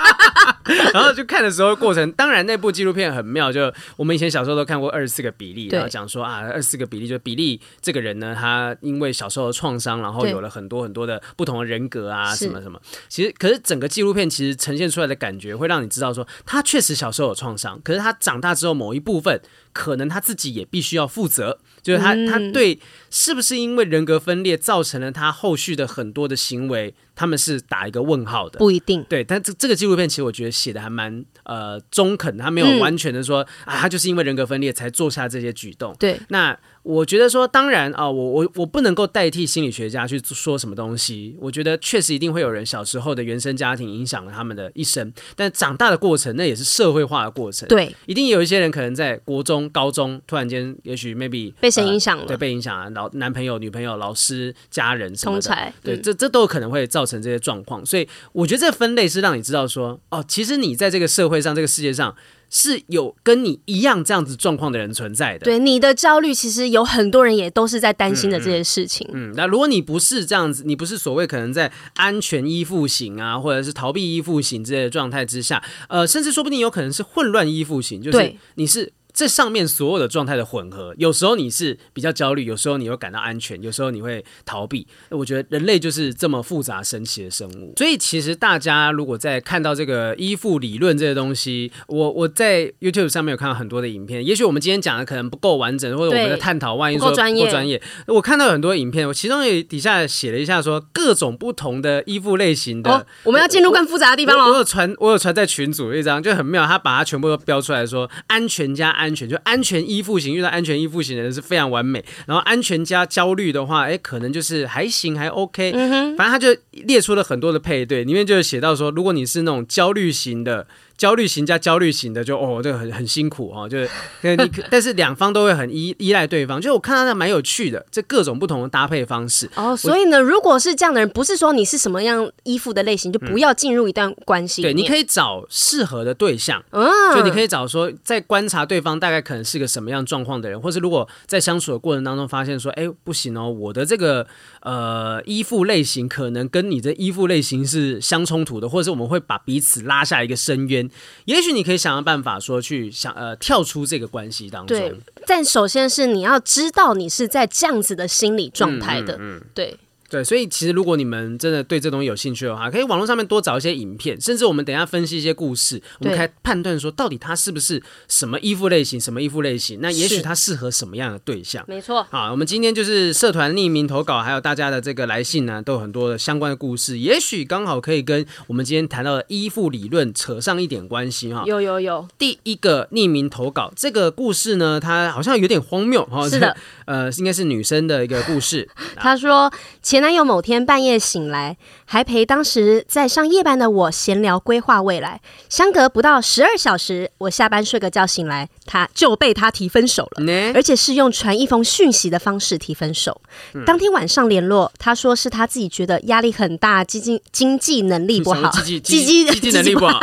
[SPEAKER 1] 然后就看的时候过程，当然那部纪录片很妙，就我们以前小时候都看过二十四个比例，
[SPEAKER 2] 对
[SPEAKER 1] 然后讲说啊，二十四个比例就比利这个人呢，他因为小时候的创伤，然后
[SPEAKER 2] 对
[SPEAKER 1] 有了很多很多的不同的人格啊，
[SPEAKER 2] 是
[SPEAKER 1] 什么什么。其实，可是整个纪录片其实呈现出来的感觉，会让你知道说，他确实小时候有创伤，可是他长大之后某一部分，可能他自己也必须要负责，就是他、他对是不是因为人格分裂造成了他后续的很多的行为，他们是打一个问号的。
[SPEAKER 2] 不一定。
[SPEAKER 1] 对，但这这个纪录片其实我觉得写的还蛮呃中肯的，他没有
[SPEAKER 2] 嗯
[SPEAKER 1] 完全的说、啊，他就是因为人格分裂才做下这些举动。
[SPEAKER 2] 对，
[SPEAKER 1] 那我觉得说，当然啊、我我我不能够代替心理学家去说什么东西。我觉得确实一定会有人小时候的原生家庭影响了他们的一生，但长大的过程那也是社会化的过程。，
[SPEAKER 2] 对，
[SPEAKER 1] 一定有一些人可能在国中、高中突然间，也许 maybe
[SPEAKER 2] 被谁
[SPEAKER 1] 呃
[SPEAKER 2] 影响了
[SPEAKER 1] 对，被影响啊，老男朋友、女朋友、老师、家人什么
[SPEAKER 2] 同
[SPEAKER 1] 的。
[SPEAKER 2] 才，
[SPEAKER 1] 对，
[SPEAKER 2] 嗯
[SPEAKER 1] 这这都有可能会造成这些状况，所以我觉得这分类是让你知道说，哦，其实你在这个社会上、这个世界上是有跟你一样这样子状况的人存在的。，
[SPEAKER 2] 对你的焦虑，其实有很多人也都是在担心的这些事情。
[SPEAKER 1] 嗯，那如果你不是这样子，你不是所谓可能在安全依附型啊，或者是逃避依附型之类的状态之下，呃，甚至说不定有可能是混乱依附型，就是
[SPEAKER 2] 对
[SPEAKER 1] 你是。这上面所有的状态的混合，有时候你是比较焦虑，有时候你会感到安全，有时候你会逃避。我觉得人类就是这么复杂神奇的生物，所以其实大家如果在看到这个依附理论这些东西，我我在 YouTube 上面有看到很多的影片，也许我们今天讲的可能不够完整，或者我们
[SPEAKER 2] 对
[SPEAKER 1] 的探讨万一
[SPEAKER 2] 不够
[SPEAKER 1] 说
[SPEAKER 2] 专
[SPEAKER 1] 不
[SPEAKER 2] 业
[SPEAKER 1] 够专业，我看到很多影片，我其中有底下写了一下说各种不同的衣服类型的。
[SPEAKER 2] 哦，我们要进入更复杂的地方哦
[SPEAKER 1] 我我
[SPEAKER 2] 喽。
[SPEAKER 1] 有传，我有传在群组一张，就很妙，他把它全部都标出来说，安全加安全，就安全依附型，遇到安全依附型的人是非常完美，然后安全加焦虑的话，哎，可能就是还行，还 OK，、反正他就列出了很多的配对，里面就有写到说，如果你是那种焦虑型的，焦虑型加焦虑型的就，哦，这个很很辛苦哦，就是对你可，但是两方都会很依依赖对方，就我看到那蛮有趣的，这各种不同的搭配方式。
[SPEAKER 2] 哦，所以呢，如果是这样的人，不是说你是什么样依附的类型，就不要进入一段关系
[SPEAKER 1] 嗯对，
[SPEAKER 2] 里面。
[SPEAKER 1] 你可以找适合的对象，
[SPEAKER 2] 嗯，
[SPEAKER 1] 就你可以找说，在观察对方大概可能是个什么样状况的人，或是如果在相处的过程当中发现说，哎，不行哦，我的这个呃依附类型可能跟你的依附类型是相冲突的，或者是我们会把彼此拉下一个深渊，也许你可以想个办法说去想呃跳出这个关系当
[SPEAKER 2] 对
[SPEAKER 1] 中。，
[SPEAKER 2] 但首先是你要知道你是在这样子的心理状态
[SPEAKER 1] 嗯
[SPEAKER 2] 的，对。
[SPEAKER 1] 对，所以其实如果你们真的对这东西有兴趣的话，可以网络上面多找一些影片，甚至我们等一下分析一些故事，我们
[SPEAKER 2] 对
[SPEAKER 1] 来判断说到底它是不是什么衣服类型，什么衣服类型，那也
[SPEAKER 2] 是
[SPEAKER 1] 许它适合什么样的对象。
[SPEAKER 2] 没错，
[SPEAKER 1] 好，我们今天就是社团匿名投稿，还有大家的这个来信啊呢，都有很多的相关的故事，也许刚好可以跟我们今天谈到的依附理论扯上一点关系哈。
[SPEAKER 2] 有有有，
[SPEAKER 1] 第一个匿名投稿这个故事呢，它好像有点荒谬哈。
[SPEAKER 2] 是的，
[SPEAKER 1] 呃，应该是女生的一个故 事。
[SPEAKER 2] 她说前男友某天半夜醒来，还陪当时在上夜班的我闲聊规划未来，相隔不到十二小时，我下班睡个觉醒来，他就被他提分手了。
[SPEAKER 1] 呢、
[SPEAKER 2] 而且是用传一封讯息的方式提分手。
[SPEAKER 1] 嗯
[SPEAKER 2] 当天晚上联络，他说是他自己觉得压力很大，经济经济能力不
[SPEAKER 1] 什么
[SPEAKER 2] 好，
[SPEAKER 1] 积极积极积极能力不好，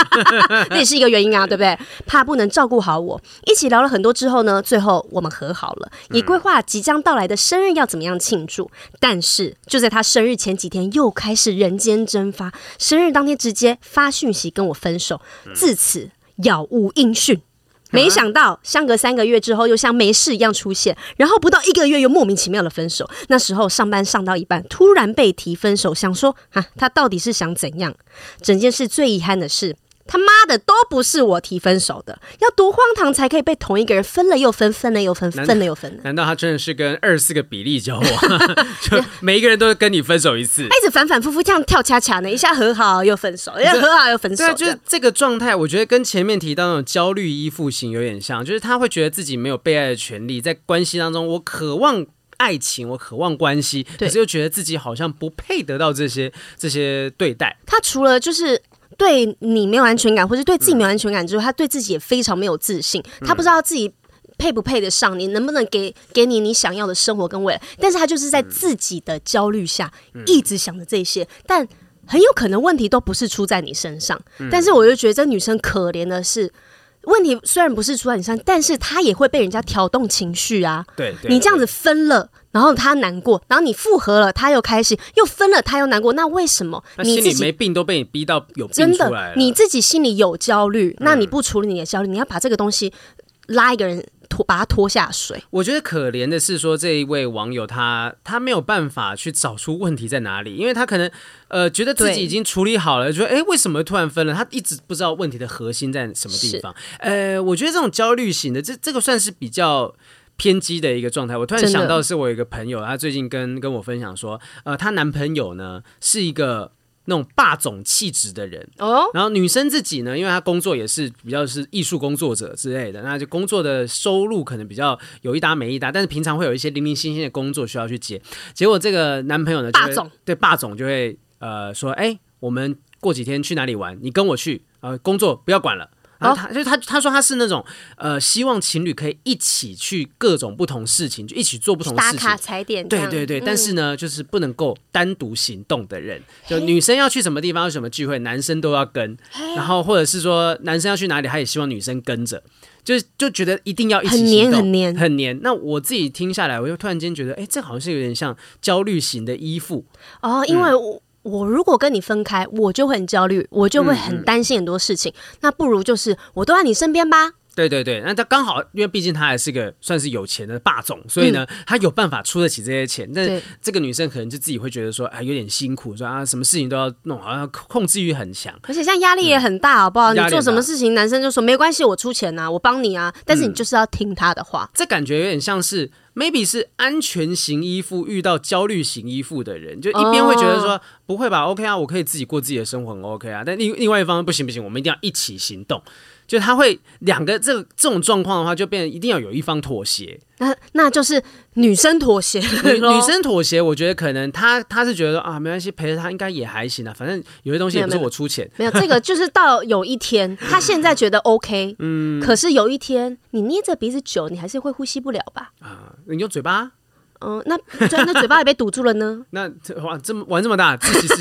[SPEAKER 2] 那也是一个原因啊，对不对？怕不能照顾好我，一起聊了很多之后呢，最后我们和好了，
[SPEAKER 1] 嗯
[SPEAKER 2] 也规划即将到来的生日要怎么样庆祝。但是就在他生日前几天，又开始人间蒸发，生日当天直接发讯息跟我分手，
[SPEAKER 1] 嗯
[SPEAKER 2] 自此杳无音
[SPEAKER 1] 啊
[SPEAKER 2] 讯。没想到，相隔三个月之后，又像没事一样出现，然后不到一个月又莫名其妙的分手。那时候上班上到一半，突然被提分手，想说啊，他到底是想怎样？整件事最遗憾的是，他妈的都不是我提分手的，要多荒唐才可以被同一个人分了又分，分了又分，
[SPEAKER 1] 难
[SPEAKER 2] 分了又分呢？
[SPEAKER 1] 难道他真的是跟二十四个比利交往？ 就每一个人都跟你分手一次？
[SPEAKER 2] 一直反反复复这样跳恰恰呢，一下和好又分手，一下和好又分手
[SPEAKER 1] 对啊，，
[SPEAKER 2] 这
[SPEAKER 1] 就
[SPEAKER 2] 样
[SPEAKER 1] 是这个状态，我觉得跟前面提到那种焦虑依附型有点像，就是他会觉得自己没有被爱的权利，在关系当中，我渴望爱情，我渴望关系，
[SPEAKER 2] 对
[SPEAKER 1] 可是又觉得自己好像不配得到这些这些对待。
[SPEAKER 2] 他除了就是。对你没有安全感，或是对自己没有安全感之后，他对自己也非常没有自信。他不知道自己配不配得上你，能不能给给你你想要的生活跟未来。但是他就是在自己的焦虑下，
[SPEAKER 1] 嗯
[SPEAKER 2] 一直想着这些，但很有可能问题都不是出在你身上。但是我就觉得这女生可怜的是，问题虽然不是出在你身上，但是她也会被人家挑动情绪啊。
[SPEAKER 1] 对，对
[SPEAKER 2] 你这样子分了，然后他难过，然后你复合了，他又开心，又分了，他又难过，那为什么
[SPEAKER 1] 那
[SPEAKER 2] 你
[SPEAKER 1] 心
[SPEAKER 2] 自
[SPEAKER 1] 里
[SPEAKER 2] 己
[SPEAKER 1] 没病都被你逼到有病
[SPEAKER 2] 真
[SPEAKER 1] 出来
[SPEAKER 2] 的
[SPEAKER 1] 了。嗯
[SPEAKER 2] 你自己心里有焦虑，那你不处理你的焦虑，你要把这个东西拉一个人拖，把他拖下水。
[SPEAKER 1] 我觉得可怜的是说这一位网友他他没有办法去找出问题在哪里，因为他可能呃觉得自
[SPEAKER 2] 对
[SPEAKER 1] 己已经处理好了，觉得哎为什么突然分了？他一直不知道问题的核心在什么地方。呃，我觉得这种焦虑型的这这个算是比较。偏激的一个状态，我突然
[SPEAKER 2] 真的
[SPEAKER 1] 想到是我有一个朋友，她最近跟跟我分享说，呃，她男朋友呢是一个那种霸总气质的人。
[SPEAKER 2] 哦，
[SPEAKER 1] 然后女生自己呢，因为她工作也是比较是艺术工作者之类的，那就工作的收入可能比较有一搭没一搭，但是平常会有一些零零星星的工作需要去接。结果这个男朋友呢，就会
[SPEAKER 2] 霸总
[SPEAKER 1] 对霸总就会呃说，哎、我们过几天去哪里玩，你跟我去，呃，工作不要管了。然后
[SPEAKER 2] 哦
[SPEAKER 1] 他、就他他说他是那种呃，希望情侣可以一起去各种不同事情，就一起做不同
[SPEAKER 2] 打
[SPEAKER 1] 事情
[SPEAKER 2] 卡。踩点这
[SPEAKER 1] 对
[SPEAKER 2] 样，嗯
[SPEAKER 1] 对对，但是呢，就是不能够单独行动的人，就女生要去什么地方、有什么聚会，男生都要跟，然后或者是说男生要去哪里，他也希望女生跟着，就是就觉得一定要一起
[SPEAKER 2] 很
[SPEAKER 1] 行
[SPEAKER 2] 黏
[SPEAKER 1] 动，
[SPEAKER 2] 很黏
[SPEAKER 1] 很黏。那我自己听下来，我就突然间觉得，哎，这好像是有点像焦虑型的依附，
[SPEAKER 2] 哦，因
[SPEAKER 1] 嗯
[SPEAKER 2] 为我、我如果跟你分开，我就会很焦虑，我就会
[SPEAKER 1] 嗯
[SPEAKER 2] 很担心很多事情。那不如就是我都在你身边吧。
[SPEAKER 1] 对对对，那他刚好，因为毕竟他还是个算是有钱的霸总，所以呢，他有办法出得起这些钱。但
[SPEAKER 2] 嗯对
[SPEAKER 1] 这个女生可能就自己会觉得说，哎，有点辛苦，说啊，什么事情都要弄，好像控制欲很强。
[SPEAKER 2] 而且像压力也很大，好不好？
[SPEAKER 1] 嗯
[SPEAKER 2] 你
[SPEAKER 1] 压力很大
[SPEAKER 2] 做什么事情，男生就说没关系，我出钱啊，我帮你啊。但
[SPEAKER 1] 嗯
[SPEAKER 2] 是你就是要听他的话。
[SPEAKER 1] 这感觉有点像是 maybe 是安全型依附遇到焦虑型依附的人，就一边会觉得说、不会吧，OK 啊，我可以自己过自己的生活，很 OK 啊，但另另外一方面不行不行，我们一定要一起行动。就他会两个这这种状况的话，就变成一定要有一方妥协。
[SPEAKER 2] 那那就是女生妥协
[SPEAKER 1] 女
[SPEAKER 2] 咯
[SPEAKER 1] 女生妥协，我觉得可能她她是觉得啊，没关系，陪着她应该也还行啊，反正有些东西也不是我出钱。
[SPEAKER 2] 没有这个，就是到有一天，他现在觉得 OK，嗯，可是有一天你捏着鼻子久，你还是会呼吸不了吧？
[SPEAKER 1] 你用嘴巴，
[SPEAKER 2] 嗯，那那那嘴巴也被堵住了呢。
[SPEAKER 1] 那这哇这么玩这么大，自己是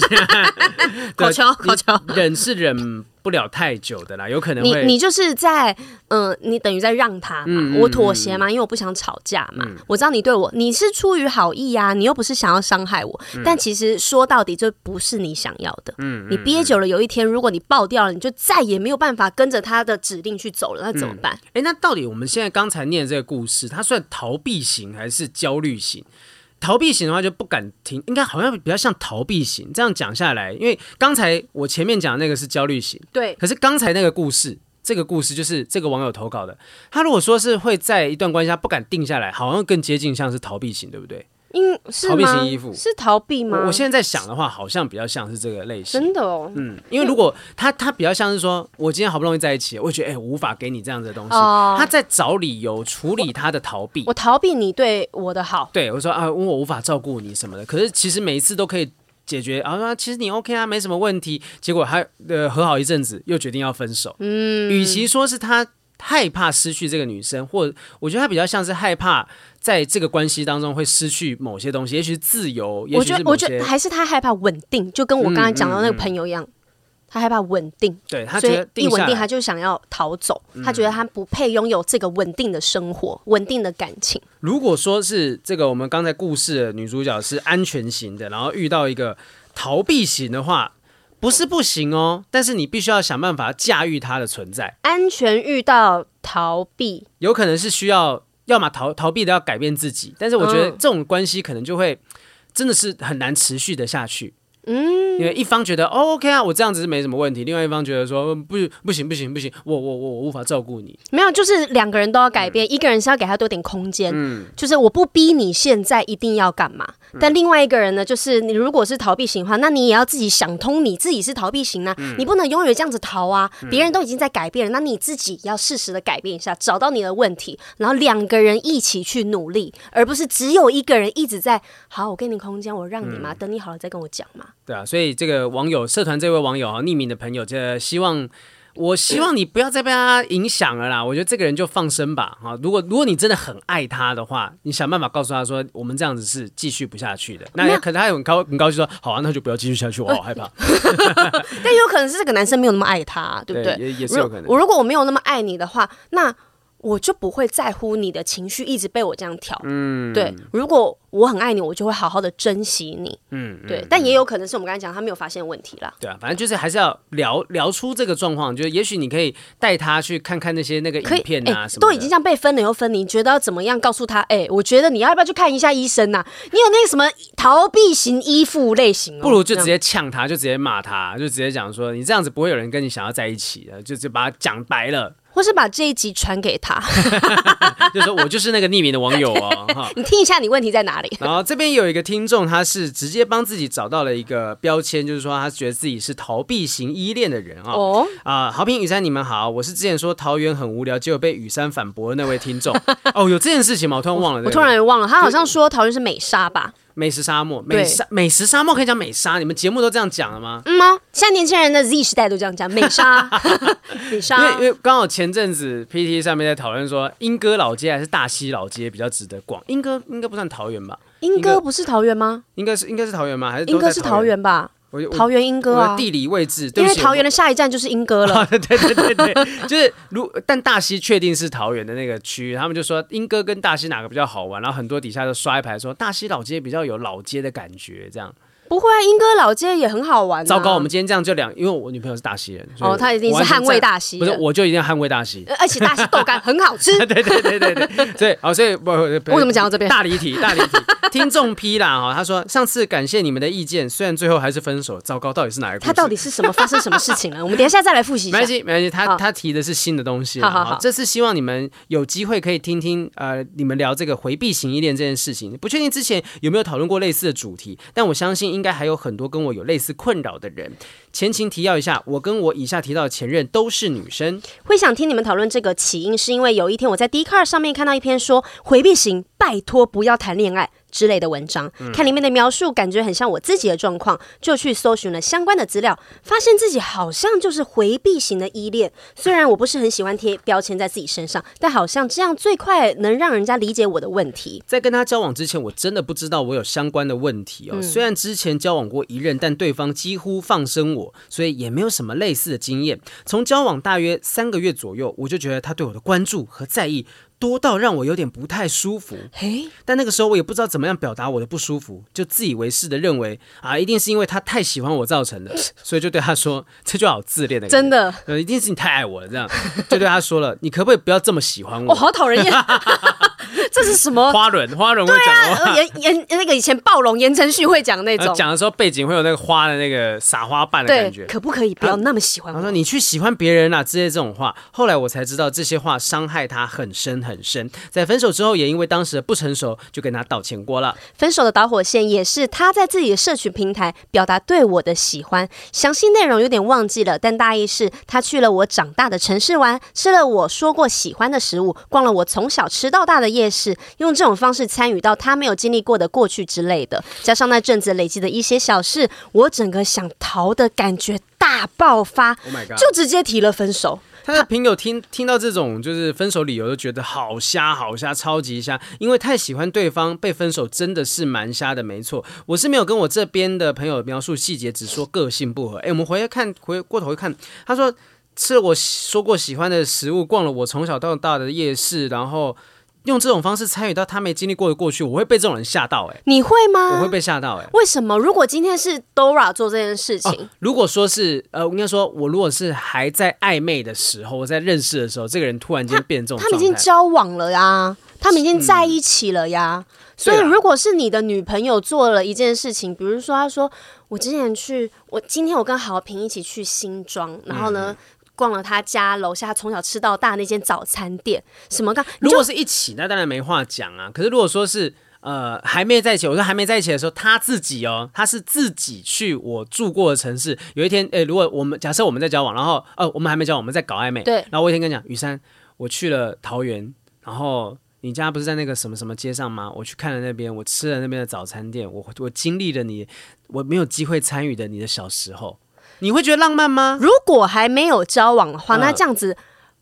[SPEAKER 2] 口球口球，
[SPEAKER 1] 你忍是忍不了太久的啦，有可能
[SPEAKER 2] 你
[SPEAKER 1] 会
[SPEAKER 2] 你就是在嗯、呃你等于在让他嘛，我妥协嘛，因为我不想吵架嘛。我知道你对我，你是出于好意啊呀、你又不是想要伤害我。但其实说到底，这不是你想要的。你憋久了，有一天如果你爆掉了，你就再也没有办法跟着他的指令去走了，那怎么办？
[SPEAKER 1] 哎、那到底我们现在刚才念的这个故事，它算逃避型还是焦虑型？逃避型的话就不敢听，应该好像比较像逃避型。这样讲下来，因为刚才我前面讲的那个是焦虑型，
[SPEAKER 2] 对，
[SPEAKER 1] 可是刚才那个故事，这个故事就是这个网友投稿的。他如果说是会在一段关系下不敢定下来，好像更接近像是逃避型，对不对？
[SPEAKER 2] 因是
[SPEAKER 1] 逃避
[SPEAKER 2] 吗
[SPEAKER 1] 型依附
[SPEAKER 2] 是逃避吗？
[SPEAKER 1] 我我现在在想的话，好像比较像是这个类型。
[SPEAKER 2] 真的哦，
[SPEAKER 1] 嗯，因为如果他他比较像是说，我今天好不容易在一起，我觉得哎、我无法给你这样子的东西，
[SPEAKER 2] 哦
[SPEAKER 1] 他在找理由处理他的逃避
[SPEAKER 2] 我。逃避你对我的好。
[SPEAKER 1] 对我说啊，因为我无法照顾你什么的，可是其实每一次都可以解决啊，说其实你 OK 啊，没什么问题。结果他呃和好一阵子，又决定要分手。嗯，与其说是他害怕失去这个女生，或我觉得他比较像是害怕在这个关系当中会失去某些东西，也许是自由，也
[SPEAKER 2] 我
[SPEAKER 1] 许
[SPEAKER 2] 觉
[SPEAKER 1] 是
[SPEAKER 2] 得，
[SPEAKER 1] 某
[SPEAKER 2] 我觉得
[SPEAKER 1] 些。
[SPEAKER 2] 还是他害怕稳定，就跟我刚才讲到那个
[SPEAKER 1] 嗯嗯嗯
[SPEAKER 2] 朋友一样，他害怕稳定，
[SPEAKER 1] 对他
[SPEAKER 2] 所
[SPEAKER 1] 觉得
[SPEAKER 2] 以一
[SPEAKER 1] 定
[SPEAKER 2] 稳
[SPEAKER 1] 下
[SPEAKER 2] 定
[SPEAKER 1] 来
[SPEAKER 2] 他，就想要逃走，他觉得他不配拥有这个稳定的生活、
[SPEAKER 1] 嗯
[SPEAKER 2] 稳定的感情。
[SPEAKER 1] 如果说是这个我们刚才故事的女主角是安全型的，然后遇到一个逃避型的话，不是不行哦，但是你必须要想办法驾驭它的存在。
[SPEAKER 2] 安全遇到逃避，
[SPEAKER 1] 有可能是需要要么逃逃避的要改变自己，但是我觉得
[SPEAKER 2] 嗯
[SPEAKER 1] 这种关系可能就会真的是很难持续的下去。嗯，因为一方觉得哦 OK 啊，我这样子是没什么问题，另外一方觉得说嗯不不行不行不行，我我我我无法照顾你。
[SPEAKER 2] 没有，就是两个人都要改变，一个人是要给他多点空间，就是我不逼你现在一定要干嘛，但另外一个人呢，就是你如果是逃避型的话，那你也要自己想通，你自己是逃避型啊，你不能永远这样子逃啊，别人都已经在改变了，那你自己要适时的改变一下，找到你的问题，然后两个人一起去努力，而不是只有一个人一直在好，我给你空间，我让你嘛，等你好了再跟我讲嘛。
[SPEAKER 1] 对啊，所以这个网友社团这位网友啊，匿名的朋友，这希望。我希望你不要再被他影响了啦，我觉得这个人就放生吧，哈。如果如果你真的很爱他的话，你想办法告诉他说，我们这样子是继续不下去的。
[SPEAKER 2] 没
[SPEAKER 1] 那
[SPEAKER 2] 有
[SPEAKER 1] 可能他也很高很高兴说，好啊，那就不要继续下去，我好害怕。
[SPEAKER 2] 但有可能是这个男生没有那么爱她，对不对？
[SPEAKER 1] 也也是
[SPEAKER 2] 如
[SPEAKER 1] 有可能。
[SPEAKER 2] 我如果我没有那么爱你的话，那我就不会在乎你的情绪一直被我这样挑。嗯，对。如果我很爱你，我就会好好的珍惜你。嗯，对。但也有可能是我们刚才讲他没有发现问题啦。
[SPEAKER 1] 对啊，反正就是还是要聊聊出这个状况，就是也许你可以带他去看看那些那个
[SPEAKER 2] 可以
[SPEAKER 1] 影，片
[SPEAKER 2] 哎、
[SPEAKER 1] 啊什么的，
[SPEAKER 2] 都已经这样被分了又分离，你觉得要怎么样告诉他？哎、我觉得你要不要去看一下医生呐、啊你有那个什么逃避型依附类型、哦，
[SPEAKER 1] 不如就直
[SPEAKER 2] 这样
[SPEAKER 1] 接呛他，就直接骂他，就直接讲说你这样子不会有人跟你想要在一起的，就就把他讲白了，
[SPEAKER 2] 或是把这一集传给 他，
[SPEAKER 1] 就说我就是那个匿名的网友哦， 哈。
[SPEAKER 2] 你听一下你问题在哪里。
[SPEAKER 1] 然后这边有一个听众，他是直接帮自己找到了一个标签，就是说他觉得自己是逃避型依恋的人啊、
[SPEAKER 2] 哦，
[SPEAKER 1] 啊、好评雨山，你们好，我是之前说桃园很无聊，结果被雨山反驳的那位听 众。哦，有这件事情吗？我突然忘了。
[SPEAKER 2] 我突然也忘了，他好像说桃园是美沙吧？
[SPEAKER 1] 美食沙漠，
[SPEAKER 2] 对
[SPEAKER 1] 美沙美食沙漠可以讲美沙，你们节目都这样讲了吗？
[SPEAKER 2] 嗯吗？现在年轻人的 Z 时代都这样讲，美 沙，美
[SPEAKER 1] 因为
[SPEAKER 2] 沙
[SPEAKER 1] 因。为刚好前阵子 PT 上面在讨论说，莺歌老街还是大溪老街比较值得逛。莺歌应该不算桃园吧？
[SPEAKER 2] 莺
[SPEAKER 1] 莺
[SPEAKER 2] 歌
[SPEAKER 1] 歌
[SPEAKER 2] 不是桃园吗？
[SPEAKER 1] 应该是应该是桃园吗？还是
[SPEAKER 2] 莺
[SPEAKER 1] 都
[SPEAKER 2] 歌
[SPEAKER 1] 在
[SPEAKER 2] 是桃？园吧？
[SPEAKER 1] 我我
[SPEAKER 2] 桃园莺歌
[SPEAKER 1] 我的
[SPEAKER 2] 啊，
[SPEAKER 1] 地理位置，对
[SPEAKER 2] 因
[SPEAKER 1] 不
[SPEAKER 2] 为
[SPEAKER 1] 起
[SPEAKER 2] 桃园的下一站就是莺歌了。
[SPEAKER 1] 对对对对对， 就是如但大溪确定是桃园的那个区域，他们就说莺歌跟大溪哪个比较好玩，然后很多底下就刷一排说大溪老街比较有老街的感觉，这样。
[SPEAKER 2] 不会啊，莺歌老街也很好玩啊。
[SPEAKER 1] 糟糕，我们今天这样就两，因为我女朋友是大溪人，所以
[SPEAKER 2] 哦，他一定
[SPEAKER 1] 我
[SPEAKER 2] 是
[SPEAKER 1] 完全
[SPEAKER 2] 捍卫
[SPEAKER 1] 站
[SPEAKER 2] 大溪
[SPEAKER 1] 不
[SPEAKER 2] 的，
[SPEAKER 1] 是我就一定要捍卫大溪。
[SPEAKER 2] 呃而且大溪豆干很好吃。
[SPEAKER 1] 对对对对对， 所以哦，所以不不不
[SPEAKER 2] 我怎么讲到这边？
[SPEAKER 1] 大离题，大离题。 听众批啦哦哈、他说上次感谢你们的意见，虽然最后还是分手。糟糕，到底是哪一个故事？
[SPEAKER 2] 他到底是什么发生什么事情了？我们等一下再来复习一
[SPEAKER 1] 没
[SPEAKER 2] 下
[SPEAKER 1] 关。系，没关系。他
[SPEAKER 2] 好
[SPEAKER 1] 他提的是新的东西啦。
[SPEAKER 2] 好好好
[SPEAKER 1] 这次希望你们有机会可以听听，呃，你们聊这个回避型依恋这件事情。不确定之前有没有讨论过类似的主题，但我相信应该还有很多跟我有类似困扰的人。前情提要一下，我跟我以下提到的前任都是女生。
[SPEAKER 2] 会想听你们讨论这个起因，是因为有一天我在 d c a r 上面看到一篇说回避型，拜托不要谈恋爱。之类的文章，
[SPEAKER 1] 嗯
[SPEAKER 2] 看里面的描述，感觉很像我自己的状况，就去搜寻了相关的资料，发现自己好像就是回避型的依恋。虽然我不是很喜欢贴标签在自己身上，但好像这样最快能让人家理解我的问题。
[SPEAKER 1] 在跟他交往之前，我真的不知道我有相关的问题哦。
[SPEAKER 2] 嗯
[SPEAKER 1] 虽然之前交往过一任，但对方几乎放生我，所以也没有什么类似的经验。从交往大约三个月左右，我就觉得他对我的关注和在意多到让我有点不太舒服。
[SPEAKER 2] 嘿，
[SPEAKER 1] 但那个时候我也不知道怎么样表达我的不舒服，就自以为是的认为啊，一定是因为他太喜欢我造成的， 所以就对他说，这就好自恋的感觉，
[SPEAKER 2] 真的，
[SPEAKER 1] 呃，一定是你太爱我了，这样就对他说了，你可不可以不要这么喜欢
[SPEAKER 2] 我、
[SPEAKER 1] 我？
[SPEAKER 2] 哦好 讨人厌，这是什么？
[SPEAKER 1] 花轮，花轮会讲的话。
[SPEAKER 2] 呃言言那个以前暴龙言承旭会讲那
[SPEAKER 1] 然后
[SPEAKER 2] 种，
[SPEAKER 1] 呃讲的时候背景会有那个花的那个撒花瓣的
[SPEAKER 2] 对
[SPEAKER 1] 感，觉。呃
[SPEAKER 2] 可不可以不要那么喜欢
[SPEAKER 1] 他
[SPEAKER 2] 我
[SPEAKER 1] 说？你去喜欢别人啦、之类这种话，后来我才知道这些话伤害他很深很深。在分手之后，也因为当时的不成熟，就跟他道歉过了。
[SPEAKER 2] 分手的导火线也是他在自己的社群平台表达对我的喜欢，详细内容有点忘记了，但大意是他去了我长大的城市玩，吃了我说过喜欢的食物，逛了我从小吃到大的夜市，用这种方式参与到他没有经历过的过去之类的，加上那阵子累积的一些小事，我整个想逃的感觉大爆发，
[SPEAKER 1] Oh my god！
[SPEAKER 2] 就直接提了分手。
[SPEAKER 1] 他的朋友听听到这种就是分手理由，就觉得好瞎好瞎，超级瞎，因为太喜欢对方，被分手真的是蛮瞎的，没错。我是没有跟我这边的朋友描述细节，只说个性不合。哎，我们回来看，回过头一看，他说吃了我说过喜欢的食物，逛了我从小到大的夜市，然后用这种方式参与到他没经历过的过去，我会被这种人吓到、诶，
[SPEAKER 2] 你会
[SPEAKER 1] 哎，我会
[SPEAKER 2] 吗？
[SPEAKER 1] 被吓到、诶。哎。
[SPEAKER 2] 为什么？如果今天是 Dora 做这件事情，
[SPEAKER 1] 哦，如果说是呃，我应该说，我如果是还在暧昧的时候，我在认识的时候，这个人突然间变这种
[SPEAKER 2] 他们已
[SPEAKER 1] 状
[SPEAKER 2] 经
[SPEAKER 1] 态
[SPEAKER 2] 交往了呀，他们已经在一起了呀。所以，
[SPEAKER 1] 对啊
[SPEAKER 2] 如果是你的女朋友做了一件事情，比如说她说：“我之前去，我今天我跟郝平一起去新庄，然后
[SPEAKER 1] 嗯
[SPEAKER 2] 呢。逛了他家楼下从小吃到大那间早餐店，什么干？你
[SPEAKER 1] 如
[SPEAKER 2] 就
[SPEAKER 1] 果是一起，那当然没话讲啊。可是如果说是呃还没在一起，我说还没在一起的时候，他自己哦，他是自己去我住过的城市。有一天，诶，如果我们假设我们在交往，然后呃我们还没交往，我们在搞暧昧，
[SPEAKER 2] 对
[SPEAKER 1] 然后我有一天跟你讲，雨珊，我去了桃园，然后。你家不是在那个什么什么街上吗？我去看了那边，我吃了那边的早餐店，我我经历了你我没有机会参与的你的小时候，你会觉得浪漫吗？
[SPEAKER 2] 如果还没有交往的话，
[SPEAKER 1] 嗯
[SPEAKER 2] 那这样子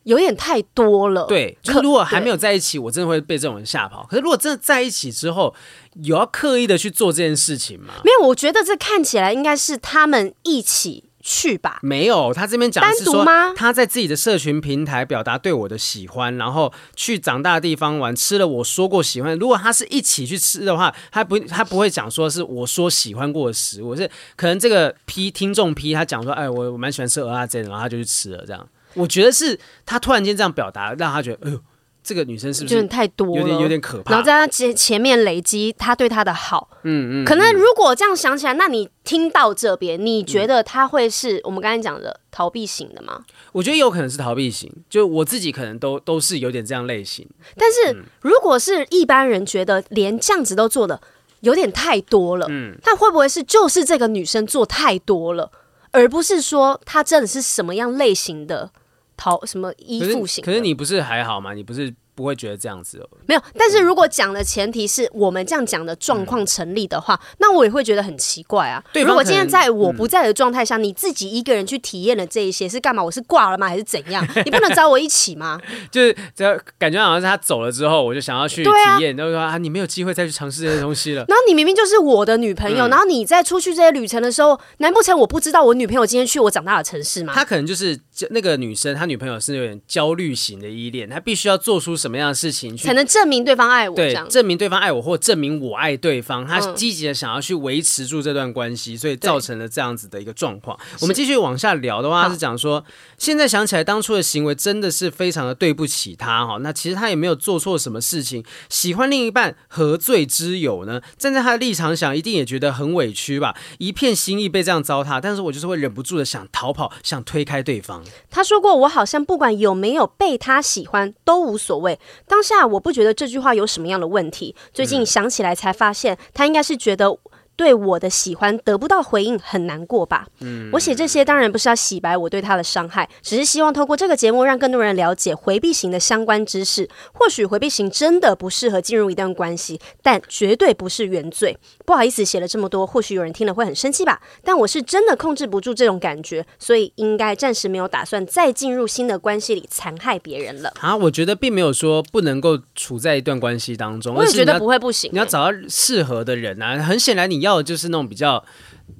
[SPEAKER 2] 有点太多了。，
[SPEAKER 1] 对，就是
[SPEAKER 2] 可
[SPEAKER 1] 如果还没有在一起，我真的会被这种人吓跑。可是如果真的在一起之后，有要刻意的去做这件事情吗？
[SPEAKER 2] 没有，我觉得这看起来应该是他们一起去吧。
[SPEAKER 1] 没有，他这边讲的是
[SPEAKER 2] 单独
[SPEAKER 1] 说
[SPEAKER 2] 吗
[SPEAKER 1] 他在自己的社群平台表达对我的喜欢，然后去长大的地方玩，吃了我说过喜欢。如果他是一起去吃的话，他不他不会讲说是我说喜欢过的食物，是可能这个 P 听众 P 他讲说，哎，我我蛮喜欢吃鹅啊这的，然后他就去吃了这样。我觉得是他突然间这样表达，让他觉得，哎呦，这个女生是不
[SPEAKER 2] 就是是太多了，
[SPEAKER 1] 有点有点可怕？
[SPEAKER 2] 然后在他前前面累积他对他的好，
[SPEAKER 1] 嗯嗯，
[SPEAKER 2] 可能如果这样想起来，那你听到这边，你觉得他会是我们刚才讲的逃避型的吗？
[SPEAKER 1] 我觉得有可能是逃避型，就我自己可能都都是有点这样类型。
[SPEAKER 2] 但是如果是一般人觉得连这样子都做的有点太多了，嗯，那会不会是就是这个女生做太多了，而不是说她真的是什么样类型的逃什么依
[SPEAKER 1] 可
[SPEAKER 2] 附
[SPEAKER 1] 是
[SPEAKER 2] 型
[SPEAKER 1] 可
[SPEAKER 2] 的？
[SPEAKER 1] 是你不是还好吗？你不是不会觉得这样子哦？
[SPEAKER 2] 没有，但是如果讲的前提是我们这样讲的状况成立的话，那我也会觉得很奇怪啊。
[SPEAKER 1] 嗯对方
[SPEAKER 2] 如果
[SPEAKER 1] 可
[SPEAKER 2] 今天
[SPEAKER 1] 能
[SPEAKER 2] 在我不在的状态下，你自己一个人去体验了这一些，是干嘛？我是挂了吗？还是怎 样？你不能找我一起吗？
[SPEAKER 1] 就是只要感觉好像是他走了之后，我就想要去体
[SPEAKER 2] 对啊
[SPEAKER 1] 验，就是说啊，你没有机会再去尝试这些东西了。
[SPEAKER 2] 然后你明明就是我的女朋友，然后你在出去这些旅程的时候，难不成我不知道我女朋友今天去我长大的城市吗？
[SPEAKER 1] 他可能就是那个女生，她女朋友是有点焦虑型的依恋，她必须要做出什么样的事情去
[SPEAKER 2] 才能证明对方爱我这
[SPEAKER 1] 对
[SPEAKER 2] 样。
[SPEAKER 1] 证明对方爱我，或证明我爱对方。她
[SPEAKER 2] 嗯
[SPEAKER 1] 积极的想要去维持住这段关系，所以造成了这样子的一个状况。我们继续往下聊的话，
[SPEAKER 2] 好
[SPEAKER 1] 她是讲说，现在想起来当初的行为真的是非常的对不起他哈。那其实他也没有做错什么事情，喜欢另一半何罪之有呢？站在他的立场想，一定也觉得很委屈吧，一片心意被这样糟蹋。但是我就是会忍不住的想逃跑，想推开对方。
[SPEAKER 2] 他说过，我好像不管有没有被他喜欢都无所谓。当下我不觉得这句话有什么样的问题，最近想起来才发现，他应该是觉得。对我的喜欢得不到回应，很难过吧？我写这些当然不是要洗白我对他的伤害，只是希望透过这个节目让更多人了解回避型的相关知识。或许回避型真的不适合进入一段关系，但绝对不是原罪。不好意思写了这么多，或许有人听了会很生气吧。但我是真的控制不住这种感觉，所以应该暂时没有打算再进入新的关系里残害别人了。
[SPEAKER 1] 啊，我觉得并没有说不能够处在一段关系当中，
[SPEAKER 2] 我
[SPEAKER 1] 而
[SPEAKER 2] 也
[SPEAKER 1] 是
[SPEAKER 2] 觉
[SPEAKER 1] 你
[SPEAKER 2] 得
[SPEAKER 1] 要
[SPEAKER 2] 不会不行、欸
[SPEAKER 1] 你要找到适合的人啊。很显然，你要的就是那种比较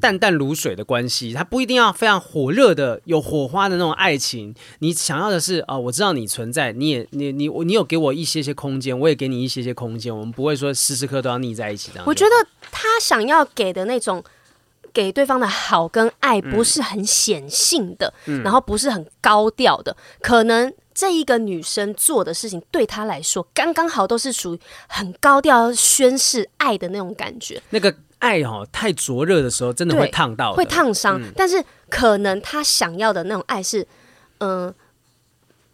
[SPEAKER 1] 淡淡如水的关系，它不一定要非常火热的、有火花的那种爱情。你想要的是啊、我知道你存在，你也你你你有给我一些些空间，我也给你一些些空间，我们不会说时时刻都要腻在一起这样。
[SPEAKER 2] 我觉得他想要给的那种给对方的好跟爱，不是很显性的，然后不是很高调的，可能。这一个女生做的事情，对她来说刚刚好，都是属于很高调宣示爱的那种感觉，
[SPEAKER 1] 那个爱哦，太灼热的时候真的会
[SPEAKER 2] 对
[SPEAKER 1] 烫到的，
[SPEAKER 2] 会烫伤。但是可能她想要的那种爱是，嗯、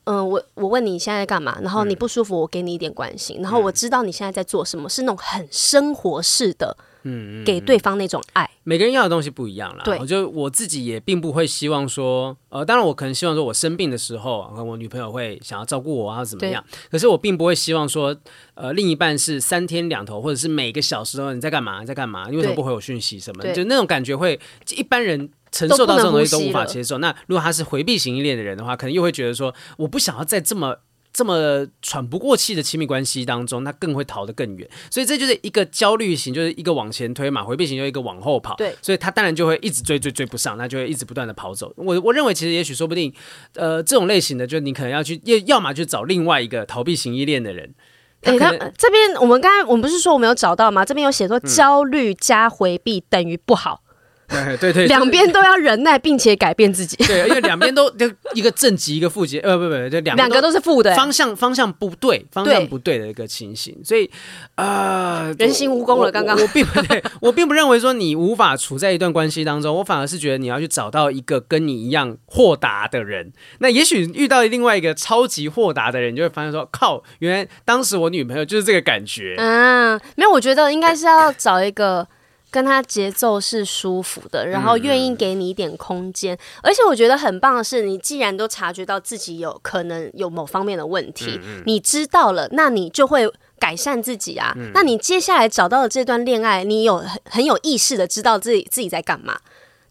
[SPEAKER 2] 嗯、我我问你现在在干嘛，然后你不舒服，我给你一点关心，然后我知道你现在在做什么，是那种很生活式的，嗯，给对方那种爱。
[SPEAKER 1] 每个人要的东西不一样啦。
[SPEAKER 2] 对
[SPEAKER 1] 我就我自己也并不会希望说，呃，当然我可能希望说我生病的时候，呃我女朋友会想要照顾我啊怎么样。可是我并不会希望说，呃，另一半是三天两头，或者是每个小时都你在干嘛，你在干嘛，你为什么
[SPEAKER 2] 对
[SPEAKER 1] 不回我讯息什么的，
[SPEAKER 2] 对
[SPEAKER 1] 就那种感觉会一般人。承
[SPEAKER 2] 都
[SPEAKER 1] 受
[SPEAKER 2] 不
[SPEAKER 1] 到这
[SPEAKER 2] 能
[SPEAKER 1] 种东西
[SPEAKER 2] 呼
[SPEAKER 1] 都
[SPEAKER 2] 吸
[SPEAKER 1] 无法
[SPEAKER 2] 了
[SPEAKER 1] 接受。那如果他是回避型依恋的人的话，可能又会觉得说，我不想要在这么这么喘不过气的亲密关系当中，他更会逃得更远。所以这就是一个焦虑型，就是一个往前推嘛，回避型就一个往后跑。
[SPEAKER 2] 对
[SPEAKER 1] 所以他当然就会一直追追追不上，他就会一直不断的跑走。我我认为其实也许说不定，呃，这种类型的就你可能要去，要要么去找另外一个逃避型依恋的人。他
[SPEAKER 2] 对，
[SPEAKER 1] 可
[SPEAKER 2] 他
[SPEAKER 1] 能
[SPEAKER 2] 呃这边我们刚才我们不是说我们有找到吗？这边有写说焦虑加回避等于不好，
[SPEAKER 1] 哎 对对
[SPEAKER 2] 两边都要忍耐并且改变自己，
[SPEAKER 1] 对，因为两边都 就一个正极一个负极，呃，不不不，就两
[SPEAKER 2] 两个都是负的、
[SPEAKER 1] 方向方向不对，方向
[SPEAKER 2] 对
[SPEAKER 1] 不对的一个情形，所以呃，
[SPEAKER 2] 人形蜈蚣了
[SPEAKER 1] 我
[SPEAKER 2] 刚刚
[SPEAKER 1] 我我并不对，我并不认为说你无法处在一段关系当中，我反而是觉得你要去找到一个跟你一样豁达的人。那也许遇到另外一个超级豁达的人，你就会发现说，靠，原来当时我女朋友就是这个感觉。
[SPEAKER 2] 嗯，没有，我觉得应该是要找一个跟他节奏是舒服的，然后愿意给你一点空
[SPEAKER 1] 嗯
[SPEAKER 2] 间。而且我觉得很棒的是，你既然都察觉到自己有可能有某方面的问题，
[SPEAKER 1] 嗯
[SPEAKER 2] 你知道了，那你就会。改善自己啊，
[SPEAKER 1] 嗯
[SPEAKER 2] 那你接下来找到的这段恋爱，你有很很有意识的知道自己自己在干嘛，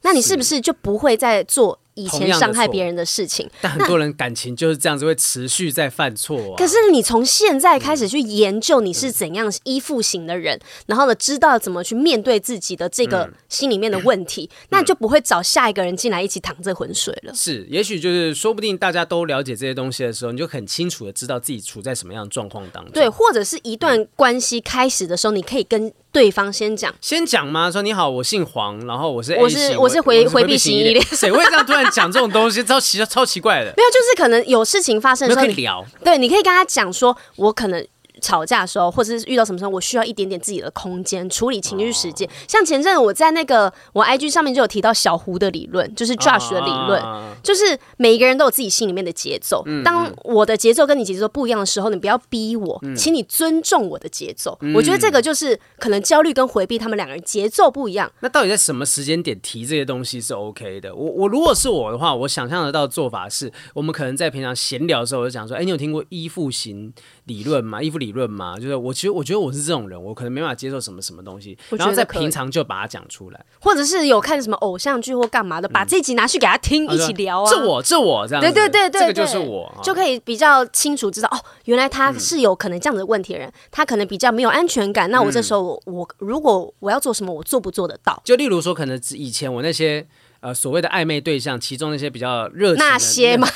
[SPEAKER 2] 那你是不是就不会再做以
[SPEAKER 1] 同
[SPEAKER 2] 前
[SPEAKER 1] 样的
[SPEAKER 2] 伤害
[SPEAKER 1] 错
[SPEAKER 2] 别人的事情？
[SPEAKER 1] 但很多人感情就是这样子，会持续在犯错、啊。
[SPEAKER 2] 可是你从现在开始去研究你是怎样依附型的人，然后呢，知道怎么去面对自己的这
[SPEAKER 1] 嗯
[SPEAKER 2] 个心里面的 问题，那你就不会找下一个人进来一起淌这浑水了。
[SPEAKER 1] 是，也许就是说不定大家都了解这些东西的时候，你就很清楚的知道自己处在什么样的状况当中。嗯
[SPEAKER 2] 对，或者是一段关系开始的时候，你可以跟对方先讲。
[SPEAKER 1] 先讲吗？说你好，我姓黄，然后我是 A
[SPEAKER 2] 我是
[SPEAKER 1] 型
[SPEAKER 2] 我是回
[SPEAKER 1] 我
[SPEAKER 2] 回避型依恋
[SPEAKER 1] 谁会这样突然讲这种东西？超奇超奇 怪的，
[SPEAKER 2] 没有，就是可能有事情发生
[SPEAKER 1] 没
[SPEAKER 2] 的
[SPEAKER 1] 有
[SPEAKER 2] 时候，
[SPEAKER 1] 可以
[SPEAKER 2] 你
[SPEAKER 1] 聊。
[SPEAKER 2] 对，你可以跟他讲说，我可能。吵架的时候，或者是遇到什么时候，我需要一点点自己的空间处理情绪时间。像前阵子我在那个我 IG 上面就有提到小胡的理论，就是 Josh 的理论，
[SPEAKER 1] 啊
[SPEAKER 2] 就是每一个人都有自己心里面的节奏。当我的节奏跟你节奏不一样的时候，你不要逼我，请你尊重我的节奏。我觉得这个就是可能焦虑跟回避，他们两个人节奏不一样。
[SPEAKER 1] 那到底在什么时间点提这些东西是 OK 的？我我如果是我的话，我想象得到的做法是，我们可能在平常闲聊的时候，我就讲说，哎、你有听过依附型理论吗？依附理论吗？就是我其实我觉得我是这种人，我可能没办法接受什么什么东西，
[SPEAKER 2] 我觉得
[SPEAKER 1] 然后在
[SPEAKER 2] 可以
[SPEAKER 1] 平常就把它讲出来，
[SPEAKER 2] 或者是有看什么偶像剧或干嘛的，把这集拿去给他听，一起聊啊。
[SPEAKER 1] 这我这我这样子，
[SPEAKER 2] 对对对对，
[SPEAKER 1] 这个就
[SPEAKER 2] 对
[SPEAKER 1] 是我，啊
[SPEAKER 2] 就可以比较清楚知道哦，原来他是有可能这样子的问题的人，他可能比较没有安全感。
[SPEAKER 1] 嗯
[SPEAKER 2] 那我这时候我我如果我要做什么，我做不做得到？
[SPEAKER 1] 就例如说，可能以前我那些呃所谓的暧昧对象，其中那些比较热情的
[SPEAKER 2] 那些嘛，，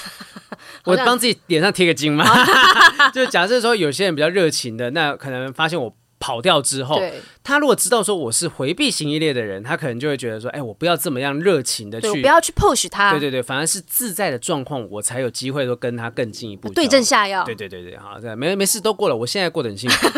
[SPEAKER 1] 我帮自己脸上贴个金嘛。
[SPEAKER 2] 哦
[SPEAKER 1] 就假设说有些人比较热情的，那可能发现我跑掉之后，
[SPEAKER 2] 对，
[SPEAKER 1] 他如果知道说我是回避型依恋的人，他可能就会觉得说，哎、我不要这么样热情的
[SPEAKER 2] 对我
[SPEAKER 1] 去
[SPEAKER 2] 不。要啊去 push 他
[SPEAKER 1] 对，对对，反而是自在的状况，我才有机会说跟他更进一步交
[SPEAKER 2] 对症下药
[SPEAKER 1] 对。对对对，好，这没没事都过了，我现在过得很幸 福。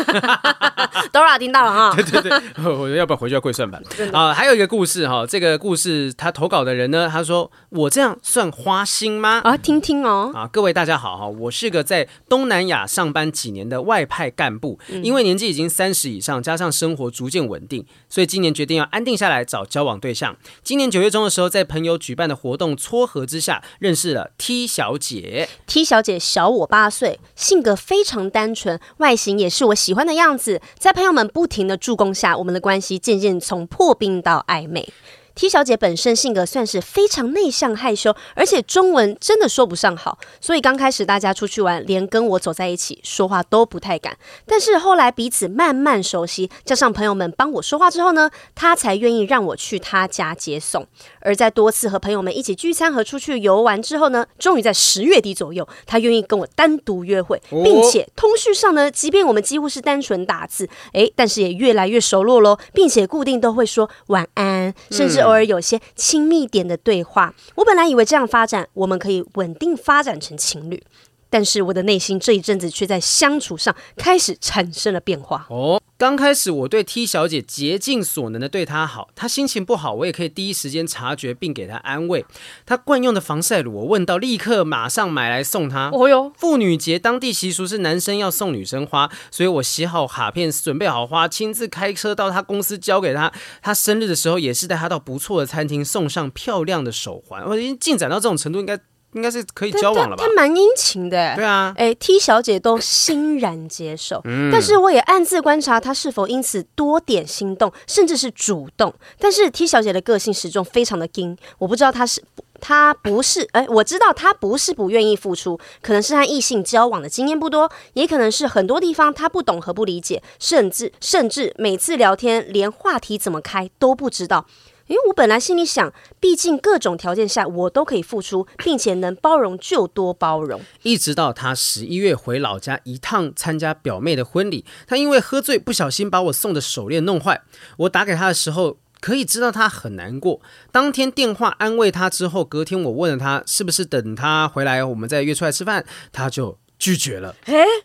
[SPEAKER 2] Dora 听到了哈，
[SPEAKER 1] 对对，我要不要回去要跪算 盘啊？还有一个故事哈，这个故事他投稿的人呢，他说我这样算花心 吗？
[SPEAKER 2] 啊，听听哦，
[SPEAKER 1] 啊，各位大家好哈，我是个在东南亚上班几年的外派干部，因为年纪已经三十以上，加上生活逐渐稳定，所以今年决定要安定下来找交往对象。今年九月中的时候，在朋友举办的活动撮合之下，认识了 T 小姐。
[SPEAKER 2] T 小姐小我八岁，性格非常单纯，外形也是我喜欢的样子。在朋友们不停的助攻下，我们的关系渐渐从破冰到暧昧。T 小姐本身性格算是非常内向害羞，而且中文真的说不上好，所以刚开始大家出去玩，连跟我走在一起说话都不太敢。但是后来彼此慢慢熟悉，加上朋友们帮我说话之后呢，她才愿意让我去她家接送。而在多次和朋友们一起聚餐和出去游玩之后呢，终于在十月底左右，他愿意跟我单独约会，
[SPEAKER 1] 哦
[SPEAKER 2] 并且通讯上呢，即便我们几乎是单纯打字，诶，但是也越来越熟络喽，并且固定都会说晚安，
[SPEAKER 1] 嗯
[SPEAKER 2] 甚至偶尔有些亲密点的对话。我本来以为这样发展，我们可以稳定发展成情侣。但是我的内心这一阵子却在相处上开始产生了变化。
[SPEAKER 1] 哦，刚开始我对 T 小姐竭尽所能的对她好，她心情不好，我也可以第一时间察觉并给她安慰。她惯用的防晒乳，我问到立刻马上买来送她。
[SPEAKER 2] 哦哟，
[SPEAKER 1] 妇女节当地习俗是男生要送女生花，所以我写好卡片，准备好花，亲自开车到她公司交给她。她生日的时候也是带她到不错的餐厅，送上漂亮的手环。哦我已经进展到这种程度，应该应该是可以交往了吧
[SPEAKER 2] 他？蛮殷勤的诶，
[SPEAKER 1] 对啊，
[SPEAKER 2] 哎、t 小姐都欣然接受，但是我也暗自观察她是否因此多点心动，甚至是主动。但是 T 小姐的个性始终非常的硬，我不知道她是她不是哎、我知道她不是不愿意付出，可能是和异性交往的经验不多，也可能是很多地方她不懂和不理解，甚至甚至每次聊天连话题怎么开都不知道。因为我本来心里想，毕竟各种条件下我都可以付出，并且能包容就多包容。
[SPEAKER 1] 一直到她十一月回老家一趟参加表妹的婚礼，她因为喝醉不小心把我送的手链弄坏，我打给她的时候。可以知道她很难过。当天电话安慰她之后，隔天我问了她是不是等她回来我们再约出来吃饭，她就拒绝了。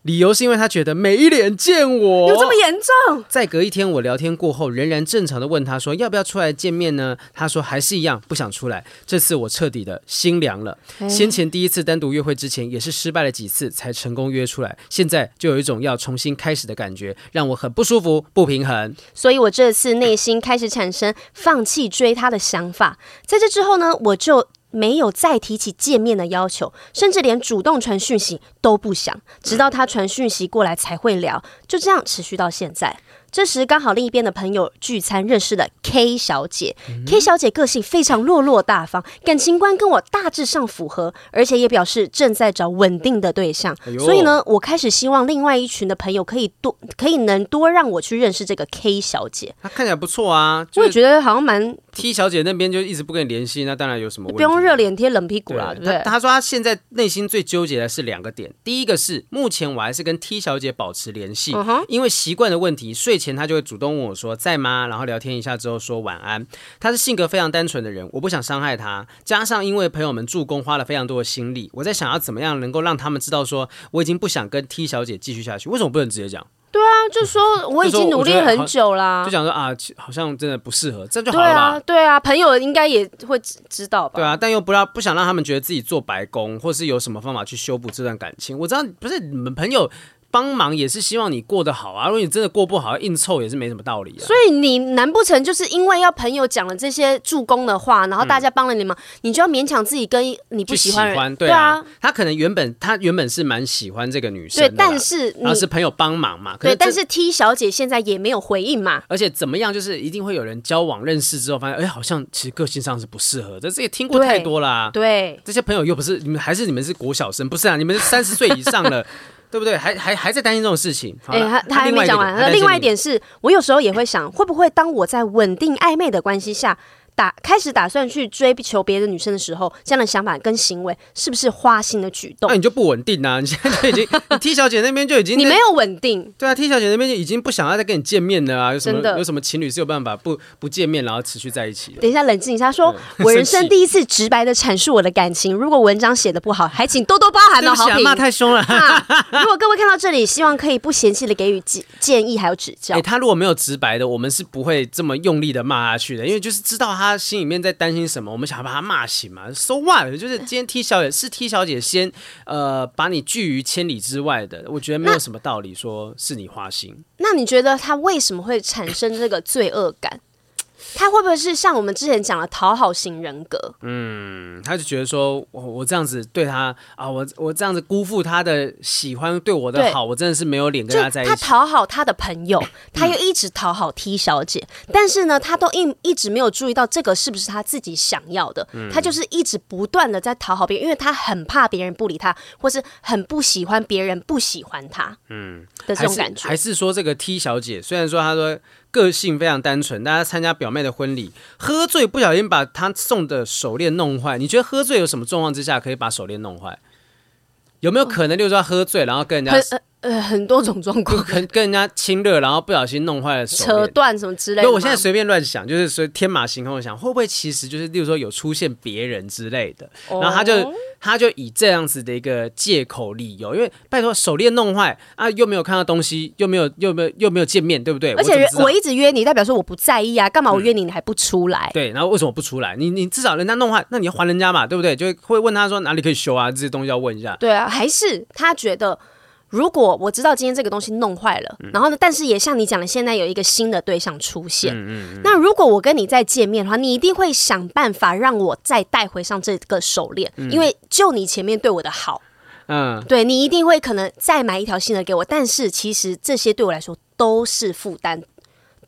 [SPEAKER 1] 理由是因为她觉得没脸见我。
[SPEAKER 2] 有这么严重？
[SPEAKER 1] 再隔一天，我聊天过后，仍然正常的问他说要不要出来见面呢？他说还是一样不想出来。这次我彻底的心凉了。
[SPEAKER 2] 哎
[SPEAKER 1] 先前第一次单独约会之前也是失败了几次才成功约出来，现在就有一种要重新开始的感觉，让我很不舒服、不平衡。
[SPEAKER 2] 所以我这次内心开始产生放弃追他的想法。在这之后呢，我就。没有再提起见面的要求，甚至连主动传讯息都不想，直到他传讯息过来才会聊，就这样持续到现在。这时刚好另一边的朋友聚餐认识了 K 小姐、k 小姐个性非常落落大方，感情观跟我大致上符合，而且也表示正在找稳定的对象，
[SPEAKER 1] 哎呦
[SPEAKER 2] 所以呢，我开始希望另外一群的朋友可以多可以能多让我去认识这个 K 小姐。
[SPEAKER 1] 他看起来不错啊，
[SPEAKER 2] 我
[SPEAKER 1] 就
[SPEAKER 2] 也
[SPEAKER 1] 是
[SPEAKER 2] 觉得好像蛮
[SPEAKER 1] T 小姐那边就一直不跟你联系，那当然有什么问题？
[SPEAKER 2] 不用热脸贴冷屁股啦，对不对？
[SPEAKER 1] 他他说他现在内心最纠结的是两个点，第一个是目前我还是跟 T 小姐保持联
[SPEAKER 2] 嗯
[SPEAKER 1] 系，因为习惯的问题，睡前她就会主动问我说在吗？然后聊天一下之后说晚安。她是性格非常单纯的人，我不想伤害她，加上因为朋友们助攻花了非常多的心力，我在想要怎么样能够让他们知道说我已经不想跟 T 小姐继续下去，为什么不能直接讲？
[SPEAKER 2] 对啊，就说
[SPEAKER 1] 嗯
[SPEAKER 2] 我已经努力很久啦，
[SPEAKER 1] 就想说啊，其好像真的不适合，这样就好
[SPEAKER 2] 对
[SPEAKER 1] 了吧
[SPEAKER 2] 啊，？对啊，朋友应该也会知知道吧？
[SPEAKER 1] 对啊，但又不让不想让他们觉得自己做白工，或是有什么方法去修补这段感情。我知道不是你们朋友帮忙也是希望你过得好啊，如果你真的过不好，硬凑也是没什么道理啊。
[SPEAKER 2] 所以你难不成就是因为要朋友讲了这些助攻的话，然后大家帮了你忙，你就要勉强自己跟你不
[SPEAKER 1] 就
[SPEAKER 2] 喜
[SPEAKER 1] 喜
[SPEAKER 2] 欢的人？
[SPEAKER 1] 欢，对啊，他可能原本他原本是蛮喜欢这个女生
[SPEAKER 2] 对
[SPEAKER 1] 的啦，
[SPEAKER 2] 但是
[SPEAKER 1] 然后
[SPEAKER 2] 你
[SPEAKER 1] 是朋友帮忙嘛，可
[SPEAKER 2] 对，
[SPEAKER 1] 是
[SPEAKER 2] 但
[SPEAKER 1] 这啊
[SPEAKER 2] 是 T 小姐现在也没有回应嘛。
[SPEAKER 1] 而且怎么样，就是一定会有人交往认识之后发现，哎，好像其实个性上是不适合的，这也听过
[SPEAKER 2] 对
[SPEAKER 1] 太多啦、
[SPEAKER 2] 对，
[SPEAKER 1] 这些朋友又不是你们，还是你们是国小生，不是啊？你们三十岁以上 了，对不对？还还还在担心这种事情。好
[SPEAKER 2] 哎、
[SPEAKER 1] 了
[SPEAKER 2] 他他还
[SPEAKER 1] 另外
[SPEAKER 2] 没
[SPEAKER 1] 一
[SPEAKER 2] 讲
[SPEAKER 1] 个
[SPEAKER 2] 完。
[SPEAKER 1] 点
[SPEAKER 2] 那另外一点是我有时候也会想，会不会当我在稳定暧昧的关系下。打开始打算去追求别的女生的时候，这样的想法跟行为是不是花心的举动
[SPEAKER 1] 那、？你就不稳定啊！你 现在就已经你 T 小姐那边就已经
[SPEAKER 2] 你
[SPEAKER 1] 那
[SPEAKER 2] 没有稳定，
[SPEAKER 1] 对啊，T 小姐那边就已经不想要再跟你见面了啊！有什么
[SPEAKER 2] 真的
[SPEAKER 1] 有什么情侣是有办法不不见面然后持续在一起的？
[SPEAKER 2] 等一下冷静一下说，
[SPEAKER 1] 对
[SPEAKER 2] 我人
[SPEAKER 1] 生气
[SPEAKER 2] 生第一次直白的阐述我的感情，如果文章写的不好，还请多多包涵
[SPEAKER 1] 对
[SPEAKER 2] 哦，
[SPEAKER 1] 不
[SPEAKER 2] 好
[SPEAKER 1] 起啊，
[SPEAKER 2] 评。
[SPEAKER 1] 骂太凶了。
[SPEAKER 2] 啊如果各位看到这里，希望可以不嫌弃的给予建建议还有指教
[SPEAKER 1] 哎、。他如果没有直白的，我们是不会这么用力的骂下去的，因为就是知道他心里面在担心什么，我们想要把他骂醒嘛。So what？就是今天 T 小姐是 T 小姐先呃把你拒于千里之外的，我觉得没有什么道理说是你花心。
[SPEAKER 2] 那你觉得他为什么会产生这个罪恶感？他会不会是像我们之前讲的讨好型人格？
[SPEAKER 1] 嗯，他就觉得说我我这样子对他啊，我我这样子辜负他的喜欢对我的
[SPEAKER 2] 对
[SPEAKER 1] 好，我真的是没有脸
[SPEAKER 2] 就
[SPEAKER 1] 跟他在一
[SPEAKER 2] 他
[SPEAKER 1] 起。嗯
[SPEAKER 2] 讨好他的朋友，他又一直讨好 T 小姐，但是呢，他都一一直没有注意到这个是不是他自己想要的。
[SPEAKER 1] 嗯
[SPEAKER 2] 他就是一直不断的在讨好别人，因为他很怕别人不理他，或是很不喜欢别人不喜欢他。嗯的这
[SPEAKER 1] 还
[SPEAKER 2] 种
[SPEAKER 1] 是
[SPEAKER 2] 感觉
[SPEAKER 1] 还。是说这个 T 小姐，虽然说她说个性非常单纯，但她参加表妹的婚礼，喝醉不小心把她送的手链弄坏。你觉得喝醉有什么状况之下可以把手链弄坏？有没
[SPEAKER 2] 哦
[SPEAKER 1] 有可能，就是她喝醉，然后跟人
[SPEAKER 2] 很
[SPEAKER 1] 家
[SPEAKER 2] 呃呃很多 种状况，
[SPEAKER 1] 跟跟人家亲热，然后不小心弄坏了手
[SPEAKER 2] 扯
[SPEAKER 1] 链？
[SPEAKER 2] 断什么之类
[SPEAKER 1] 对，
[SPEAKER 2] 的吗。
[SPEAKER 1] 我现在随便乱想，就是说天马行空的想，会不会其实就是，例如说有出现别人之类的，然后他就、
[SPEAKER 2] 哦
[SPEAKER 1] 他就以这样子的一个借口理由，因为拜托手链弄坏啊，又没有看到东西，又没有又没有又没有见面，对不对？
[SPEAKER 2] 而且
[SPEAKER 1] 我
[SPEAKER 2] 人
[SPEAKER 1] 怎么知道嗯
[SPEAKER 2] 我一直约你，代表说我不在意啊，干嘛我约你你还不出来？
[SPEAKER 1] 对，然后为什么不出来？你你至少人家弄坏，那你要还人家嘛，对不对？就会问他说哪里可以修啊，这些东西要问一下。
[SPEAKER 2] 对啊，还是他觉得。如果我知道今天这个东西弄坏了，然后呢，但是也像你讲的，现在有一个新的对象出现，那如果我跟你再见面的话，你一定会想办法让我再带回上这个手链，因为就你前面对我的好，
[SPEAKER 1] 嗯，
[SPEAKER 2] 对你一定会可能再买一条新的给我，但是其实这些对我来说都是负担，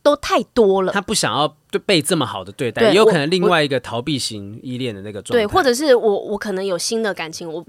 [SPEAKER 2] 都太多了。
[SPEAKER 1] 他不想要对被这么好的对待，
[SPEAKER 2] 对
[SPEAKER 1] 也有可
[SPEAKER 2] 我
[SPEAKER 1] 能另
[SPEAKER 2] 我
[SPEAKER 1] 外一个逃避型依恋的那个状态。
[SPEAKER 2] 对，或者是我我可能有新的感情，我、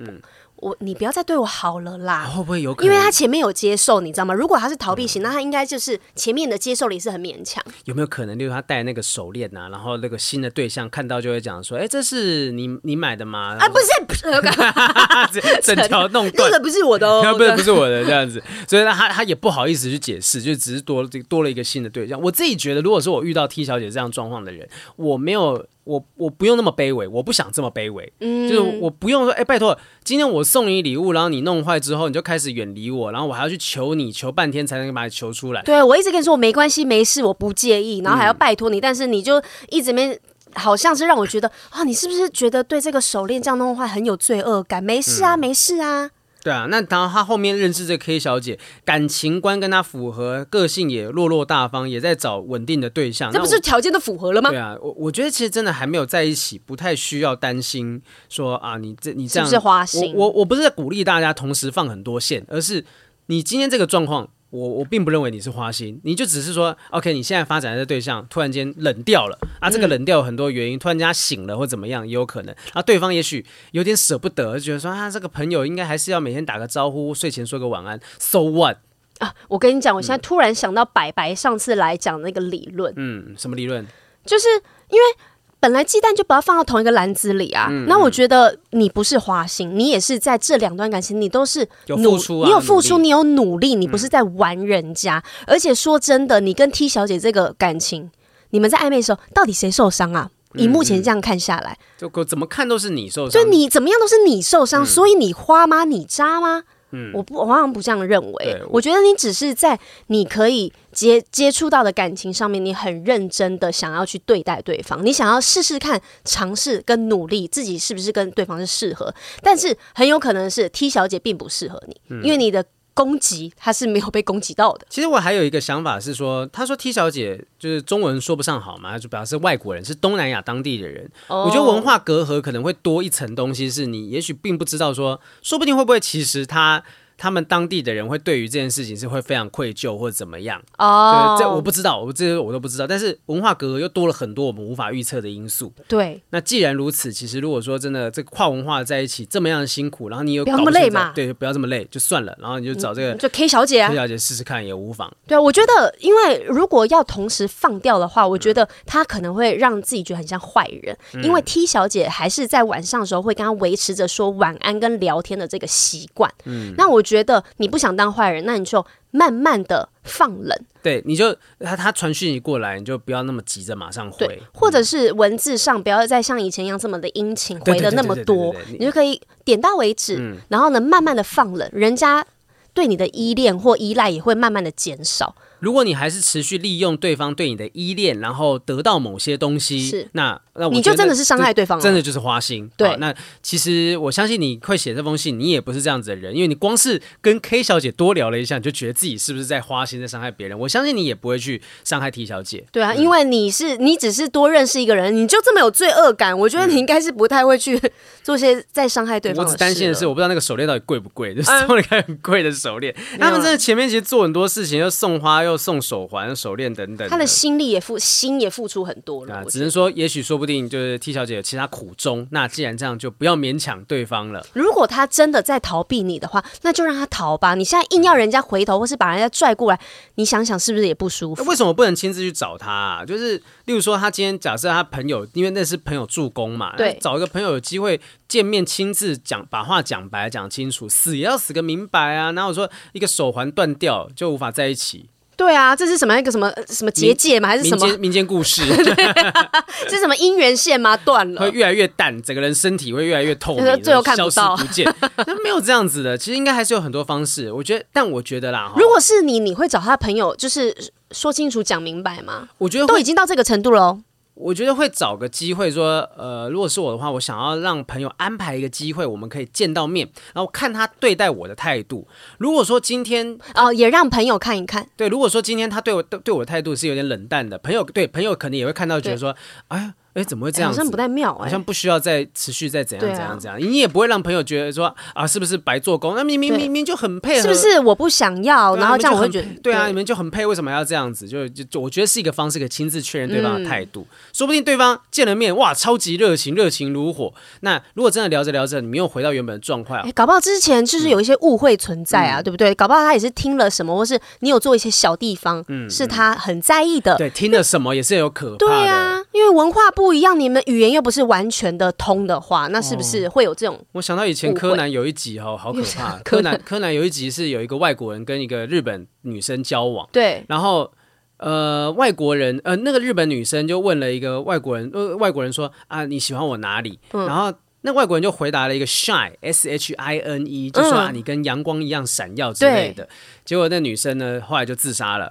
[SPEAKER 2] 我你不要再对我好了
[SPEAKER 1] 啊
[SPEAKER 2] 啦。
[SPEAKER 1] 会不会有可
[SPEAKER 2] 因
[SPEAKER 1] 能？嗯
[SPEAKER 2] 为他前面有接受，你知道吗？如果他是逃避型，那他应该就是前面的接受力是很勉强。
[SPEAKER 1] 有没有可能，例如他戴那个手链呐、啊，然后那个新的对象看到就会讲说：“哎、这是你你买的吗？”
[SPEAKER 2] 啊，不是不是，
[SPEAKER 1] 是，整条 弄断。
[SPEAKER 2] 那，个不是我的哦
[SPEAKER 1] 不是不是我的这样子，所以他他也不好意思去解释，就只是多多了一个新的对象。我自己觉得，如果说我遇到 T 小姐这样状况的人，我没有我我不用那么卑微，我不想这么卑微，
[SPEAKER 2] 嗯
[SPEAKER 1] 就是我不用说，哎、拜托，今天我送你礼物，然后你弄坏之后，你就开始远离我，然后我还要去求你，求半天才能把你求出来。
[SPEAKER 2] 对，我一直跟你说我没关系，没事，我不介意，然后还要拜托你，但是你就一直没。好像是让我觉得啊，你是不是觉得对这个手链这样弄坏很有罪恶感？没事
[SPEAKER 1] 嗯
[SPEAKER 2] 啊，没事啊，
[SPEAKER 1] 对啊，那当然，他后面认识这 K 小姐，感情观跟她符合，个性也落落大方，也在找稳定的对象。
[SPEAKER 2] 这不
[SPEAKER 1] 那
[SPEAKER 2] 是条件都符合了吗
[SPEAKER 1] 对？啊，我我觉得其实真的还没有在一起，不太需要担心说啊，你这你这样
[SPEAKER 2] 是不是花心
[SPEAKER 1] 我我我不是在鼓励大家同时放很多线，而是你今天这个状况，我我并不认为你是花心，你就只是说，OK，你现在发展的对象突然间冷掉了啊，
[SPEAKER 2] 嗯
[SPEAKER 1] 这个冷掉有很多原因，突然间他醒了或怎么样也有可能，啊，对方也许有点舍不得，就觉得说啊，这个朋友应该还是要每天打个招呼，睡前说个晚安，So what？
[SPEAKER 2] 啊，我跟你讲，我
[SPEAKER 1] 嗯
[SPEAKER 2] 现在突然想到白白上次来讲那个理论，
[SPEAKER 1] 嗯，什么理论？
[SPEAKER 2] 就是因为本来鸡蛋就把它放到同一个篮子里啊。
[SPEAKER 1] 嗯
[SPEAKER 2] 那我觉得你不是花心，你也是在这两段感情，你都是
[SPEAKER 1] 有
[SPEAKER 2] 努，
[SPEAKER 1] 付出啊
[SPEAKER 2] 你有付出，
[SPEAKER 1] 努力嗯
[SPEAKER 2] 你有努力，你不是在玩人家。而且说真的，你跟 T 小姐这个感情，你们在暧昧的时候，到底谁受伤啊？以目前这样看下来，
[SPEAKER 1] 就我怎么看都是你受伤，
[SPEAKER 2] 就你怎么样都是你受伤，所以你花吗？你渣吗？我不，我好像不这样认为
[SPEAKER 1] 对。
[SPEAKER 2] 嗯我觉得你只是在你可以接接触到的感情上面，你很认真的想要去对待对方，你想要试试看、尝试跟努力自己是不是跟对方是适合。但是很有可能是 T 小姐并不适合你，因为你的攻击她是没有被攻击到的。
[SPEAKER 1] 其实我还有一个想法是说，他说 T 小姐就是中文说不上好嘛，就表示外国人是东南亚当地的人。
[SPEAKER 2] 哦
[SPEAKER 1] 我觉得文化隔阂可能会多一层东西，是你也许并不知道说，说不定会不会其实他他们当地的人会对于这件事情是会非常愧疚或者怎么样。
[SPEAKER 2] 哦
[SPEAKER 1] 对，这我不知道，我这些我都不知道。但是文化隔阂又多了很多我们无法预测的因素。
[SPEAKER 2] 对，
[SPEAKER 1] 那既然如此，其实如果说真的这个跨文化在一起这么样的辛苦，然后你又
[SPEAKER 2] 不要
[SPEAKER 1] 搞
[SPEAKER 2] 那么
[SPEAKER 1] 清
[SPEAKER 2] 累
[SPEAKER 1] 楚
[SPEAKER 2] 嘛
[SPEAKER 1] 对，不要这么累就算了，然后你就找这个
[SPEAKER 2] 就 K 小姐啊
[SPEAKER 1] T，小姐试试看也无妨。
[SPEAKER 2] 对啊，我觉得，因为如果要同时放掉的话，我
[SPEAKER 1] 嗯
[SPEAKER 2] 觉得她可能会让自己觉得很像坏人，因为 T 小姐还是在晚上的时候会跟她维持着说晚安跟聊天的这个习惯。嗯，那我觉得你不想当坏人，那你就慢慢的放冷，
[SPEAKER 1] 对，你就他他传讯息过来，你就不要那么急着马上
[SPEAKER 2] 对
[SPEAKER 1] 回，，
[SPEAKER 2] 或者是文字上不要再像以前一样这么的殷勤，
[SPEAKER 1] 对
[SPEAKER 2] 回的
[SPEAKER 1] 对对
[SPEAKER 2] 那么
[SPEAKER 1] 对对
[SPEAKER 2] 多
[SPEAKER 1] 对对对，嗯
[SPEAKER 2] 你就可以点到为止，然后呢慢慢的放冷，人家对你的依恋或依赖也会慢慢的减少。
[SPEAKER 1] 如果你还是持续利用对方对你的依恋，然后得到某些东西，
[SPEAKER 2] 是
[SPEAKER 1] 那那我
[SPEAKER 2] 你
[SPEAKER 1] 觉
[SPEAKER 2] 就
[SPEAKER 1] 得
[SPEAKER 2] 真的是伤
[SPEAKER 1] 这
[SPEAKER 2] 害对方了
[SPEAKER 1] 真的就是花心。
[SPEAKER 2] 对
[SPEAKER 1] 好那其实我相信你会写这封信，你也不是这样子的人，因为你光是跟 K 小姐多聊了一下，你就觉得自己是不是在花心，在伤害别人。我相信你也不会去伤害 T 小姐。
[SPEAKER 2] 对啊，因为你是你只是多认识一个人，你就这么有罪恶感，我觉得你应该是不太会去做些再伤害对方
[SPEAKER 1] 我
[SPEAKER 2] 的事
[SPEAKER 1] 只
[SPEAKER 2] 了。嗯
[SPEAKER 1] 担心的是，我不知道那个手链到底贵不贵，就 送了一个很贵的手 链。他们真的前面其实做很多事情，又送花，又送手环、手链等等。
[SPEAKER 2] 他的心力也付心也付出很多了
[SPEAKER 1] 啊，，
[SPEAKER 2] 我
[SPEAKER 1] 只
[SPEAKER 2] 觉得
[SPEAKER 1] 能说，也许说不定就是 T 小姐有其他苦衷。那既然这样，就不要勉强对方 了。
[SPEAKER 2] 如果他真的在逃避你的话，那就让他逃吧。你现在硬要人家回头，或是把人家拽过来，你想想是不是也不舒
[SPEAKER 1] 那
[SPEAKER 2] 服？
[SPEAKER 1] 为什么不能亲自去找他、啊？就是，例如说，他今天假设他朋友，因为那是朋友助攻嘛，
[SPEAKER 2] 对
[SPEAKER 1] 那找一个朋友有机会见面，亲自讲，把话讲白，讲清楚，死也要死个明白啊！哪有说一个手环断掉就无法在一起？
[SPEAKER 2] 对啊，这是什么一个什么呃什么结界吗？还是
[SPEAKER 1] 民
[SPEAKER 2] 什么
[SPEAKER 1] 间？民间故事
[SPEAKER 2] 这是什么姻缘线吗？断了
[SPEAKER 1] 会。越来越淡，整个人身体会越来越透
[SPEAKER 2] 就是
[SPEAKER 1] 明，
[SPEAKER 2] 最后看
[SPEAKER 1] 消
[SPEAKER 2] 不
[SPEAKER 1] 失
[SPEAKER 2] 到
[SPEAKER 1] 不见。那没有这样子的，其实应该还是有很多方式。我觉得，但我觉得啦，哈
[SPEAKER 2] 如果是你，你会找他朋友，就是说清楚、讲明白吗？
[SPEAKER 1] 我觉得
[SPEAKER 2] 都已经到这个程度了哦，
[SPEAKER 1] 我觉得会找个机会说，呃，如果是我的话，我想要让朋友安排一个机会，我们可以见到面，然后看他对待我的态度。如果说今天
[SPEAKER 2] 哦，也让朋友看一看。哎
[SPEAKER 1] 对，如果说今天他对我对对我的态度是有点冷淡的，朋友对朋友可能也会看到，觉得说，哎呀，哎，怎么会这
[SPEAKER 2] 哎
[SPEAKER 1] 样
[SPEAKER 2] 好
[SPEAKER 1] 子？
[SPEAKER 2] 像不太妙哎、
[SPEAKER 1] 好像不需要再持续再怎样
[SPEAKER 2] 对啊
[SPEAKER 1] 怎样怎样，你也不会让朋友觉得说啊，是不是白做工？那明明
[SPEAKER 2] 对
[SPEAKER 1] 明明就很配合，
[SPEAKER 2] 是不是我不想要，
[SPEAKER 1] 对啊
[SPEAKER 2] 然后
[SPEAKER 1] 你们
[SPEAKER 2] 这样
[SPEAKER 1] 就
[SPEAKER 2] 我会
[SPEAKER 1] 很
[SPEAKER 2] 觉得
[SPEAKER 1] 配对啊，你们就很配，为什么要这样子？就就就我觉得是一个方式，可以亲自确认对方的态度，说不定对方见了面，哇，超级热情，热情如火。那如果真的聊着聊着，你们又回到原本的状况
[SPEAKER 2] 哎，，搞不好之前就是有一些误会存在
[SPEAKER 1] 嗯
[SPEAKER 2] 啊，对不对？搞不好他也是听了什么，或是你有做一些小地方，是他很在意的。
[SPEAKER 1] 嗯对，听了什么也是有可
[SPEAKER 2] 对
[SPEAKER 1] 怕的。
[SPEAKER 2] 啊，因为文化不一样，你们语言又不是完全的通的话，那是不
[SPEAKER 1] 哦
[SPEAKER 2] 是会有这种？
[SPEAKER 1] 我想到以前
[SPEAKER 2] 误会
[SPEAKER 1] 柯南有一集哦，好可怕。 柯南柯南有一集是有一个外国人跟一个日本女生交往，
[SPEAKER 2] 对，
[SPEAKER 1] 然后呃，外国人呃，那个日本女生就问了一个外国人，呃，外国人说啊，你喜欢我哪里？然后。那外国人就回答了一个 shine s h i n e，就说、啊
[SPEAKER 2] 嗯
[SPEAKER 1] 你跟阳光一样闪耀之类的。结果那女生呢，后来就自杀了。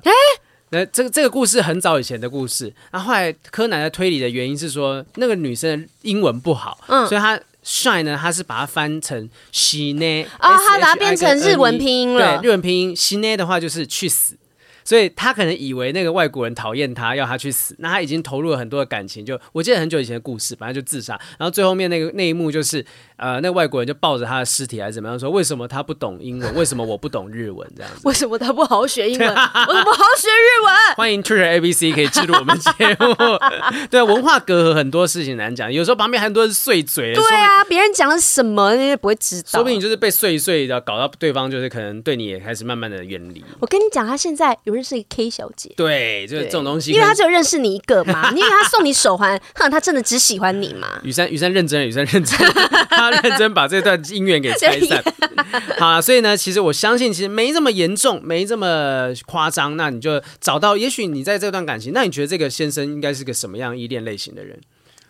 [SPEAKER 1] 那这个这个故事很早以前的故事，那后来柯南的推理的原因是说，那个女生的英文不好，
[SPEAKER 2] 嗯
[SPEAKER 1] 所以她 shine 呢，她是把它翻成 she 呢，
[SPEAKER 2] 啊
[SPEAKER 1] S H I N E
[SPEAKER 2] 她把它变成日文拼音了
[SPEAKER 1] 对，日文拼音 she 呢的话就是去死。所以她可能以为那个外国人讨厌她，要她去死。那她已经投入了很多的感情，就我记得很久以前的故事，反正就自杀。然后最后面那个那一幕就是，呃，那个外国人就抱着她的尸体还是怎么样，说为什么她不懂英文，为什么我不懂日文这样子。
[SPEAKER 2] 为什么他不好好学英 文？我怎么好好学日文？
[SPEAKER 1] 欢迎 Twitter ABC 可以记录我们节 目。对，啊文化隔阂很多事情难讲，有时候旁边还很多人碎嘴，
[SPEAKER 2] 对啊，别人讲了什么，你也不会知道。
[SPEAKER 1] 说不定你就是被碎一碎的，搞到对方就是可能对你也开始慢慢的远离。
[SPEAKER 2] 我跟你讲，他现在有认识一个 K 小姐。
[SPEAKER 1] 对，就是这种东西。
[SPEAKER 2] 因为他只有认识你一个嘛，你以为他送你手环，哼，他真的只喜欢你嘛？
[SPEAKER 1] 雨山，雨山认真了，雨山认真 了，他认真把这段姻缘给拆散。 好啦，所以呢，其实我相信，其实没这么严重，没这么夸张。那你就找到，也许你在这段感情，那你觉得这个先生应该是个什么样依恋类型的人？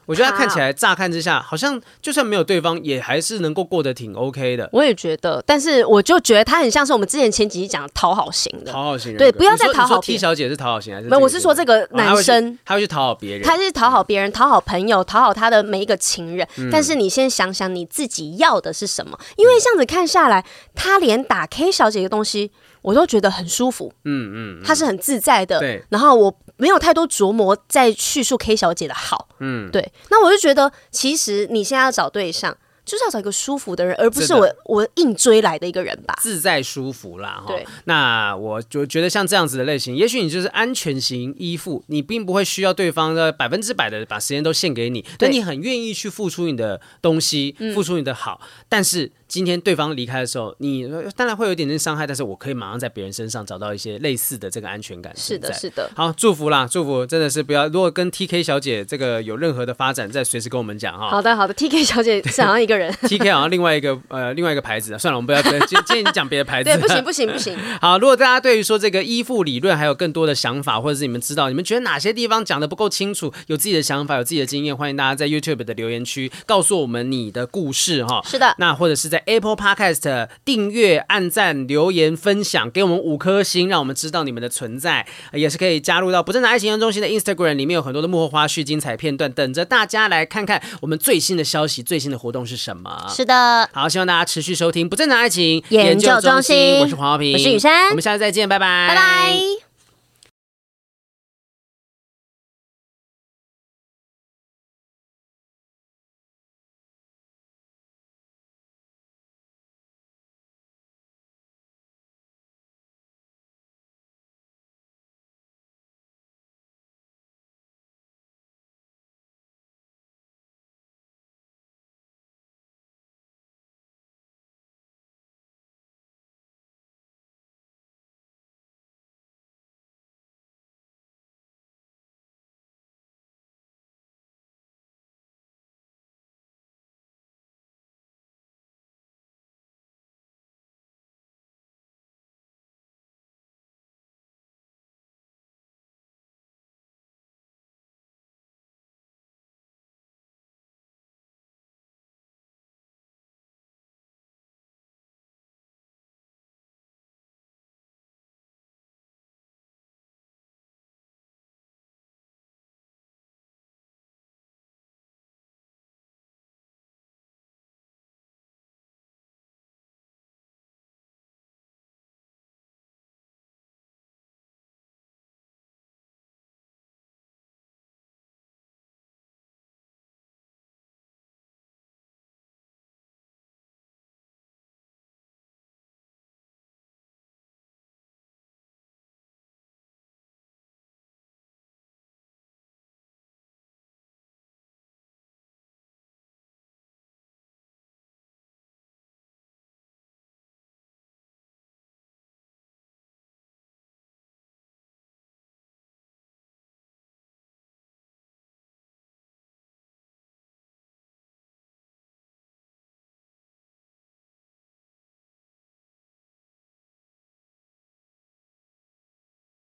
[SPEAKER 1] 我觉得他看起来乍看之下，好像就算没有对方，也还是能够过得挺 OK 的。
[SPEAKER 2] 我也觉得，但是我就觉得他很像是我们之前前几集讲的讨好型的，
[SPEAKER 1] 讨好型人格，
[SPEAKER 2] 对不要再
[SPEAKER 1] 你说
[SPEAKER 2] 讨
[SPEAKER 1] 你说
[SPEAKER 2] 好
[SPEAKER 1] T
[SPEAKER 2] 别
[SPEAKER 1] 小姐是讨好型还是这个人？
[SPEAKER 2] 没有，我是说这个
[SPEAKER 1] 哦他
[SPEAKER 2] 男
[SPEAKER 1] 会去
[SPEAKER 2] 生。
[SPEAKER 1] 他会去讨好别人，
[SPEAKER 2] 他是讨好别人、讨好朋友、讨好他的每一个情人，
[SPEAKER 1] 嗯
[SPEAKER 2] 但是你先想想你自己要的是什么，因为这样子看下来，他连打 K 小姐的东西我都觉得很舒服，
[SPEAKER 1] 嗯嗯，
[SPEAKER 2] 他是很自在的，
[SPEAKER 1] 对
[SPEAKER 2] 然后我没有太多琢磨在叙述 K 小姐的好，
[SPEAKER 1] 嗯
[SPEAKER 2] 嗯，对。那我就觉得，其实你现在要找对象，就是要找一个舒服的人，而不是我我硬追来的一个人吧。
[SPEAKER 1] 自在舒服啦哈
[SPEAKER 2] 对。
[SPEAKER 1] 那我就觉得像这样子的类型，也许你就是安全型依附，你并不会需要对方的百分之百的把时间都献给你，但
[SPEAKER 2] 对嗯
[SPEAKER 1] 你很愿意去付出你的东西，付出你的好。但是今天对方离开的时候，你呃当然会有一点点伤害，但是我可以马上在别人身上找到一些类似的这个安全感
[SPEAKER 2] 是
[SPEAKER 1] 存在。
[SPEAKER 2] 的，是的。
[SPEAKER 1] 好，祝福啦，祝福，真的是不要。如果跟 T K 小姐这个有任何的发展，再随时跟我们讲哈。
[SPEAKER 2] 好的，好的。T K 小姐是好像一个人，
[SPEAKER 1] T K 好像另外一个呃另外一个牌子，算了，我们不要跟今今天已经讲别的牌子
[SPEAKER 2] 对，
[SPEAKER 1] 了，
[SPEAKER 2] 不行，不行，不行。
[SPEAKER 1] 好，如果大家对于说这个依附理论还有更多的想法，或者是你们知道你们觉得哪些地方讲的不够清楚，有自己的想法，有自己的经验，欢迎大家在 YouTube 的留言区告诉我们你的故事哈。
[SPEAKER 2] 是的，
[SPEAKER 1] 那或者是在 Apple Podcast 订阅、按赞、留言、分享，给我们五颗星，让我们知道你们的存在，呃也是可以加入到不正常爱情研究中心的 Instagram，里面有很多的幕后花絮、精彩片段，等着大家来看看我们最新的消息、最新的活动是什么。
[SPEAKER 2] 是的。
[SPEAKER 1] 好，希望大家持续收听不正常爱情
[SPEAKER 2] 研究中心
[SPEAKER 1] 我是黄浩平，
[SPEAKER 2] 我是雨珊
[SPEAKER 1] 我们下次再见，拜拜，
[SPEAKER 2] 拜拜。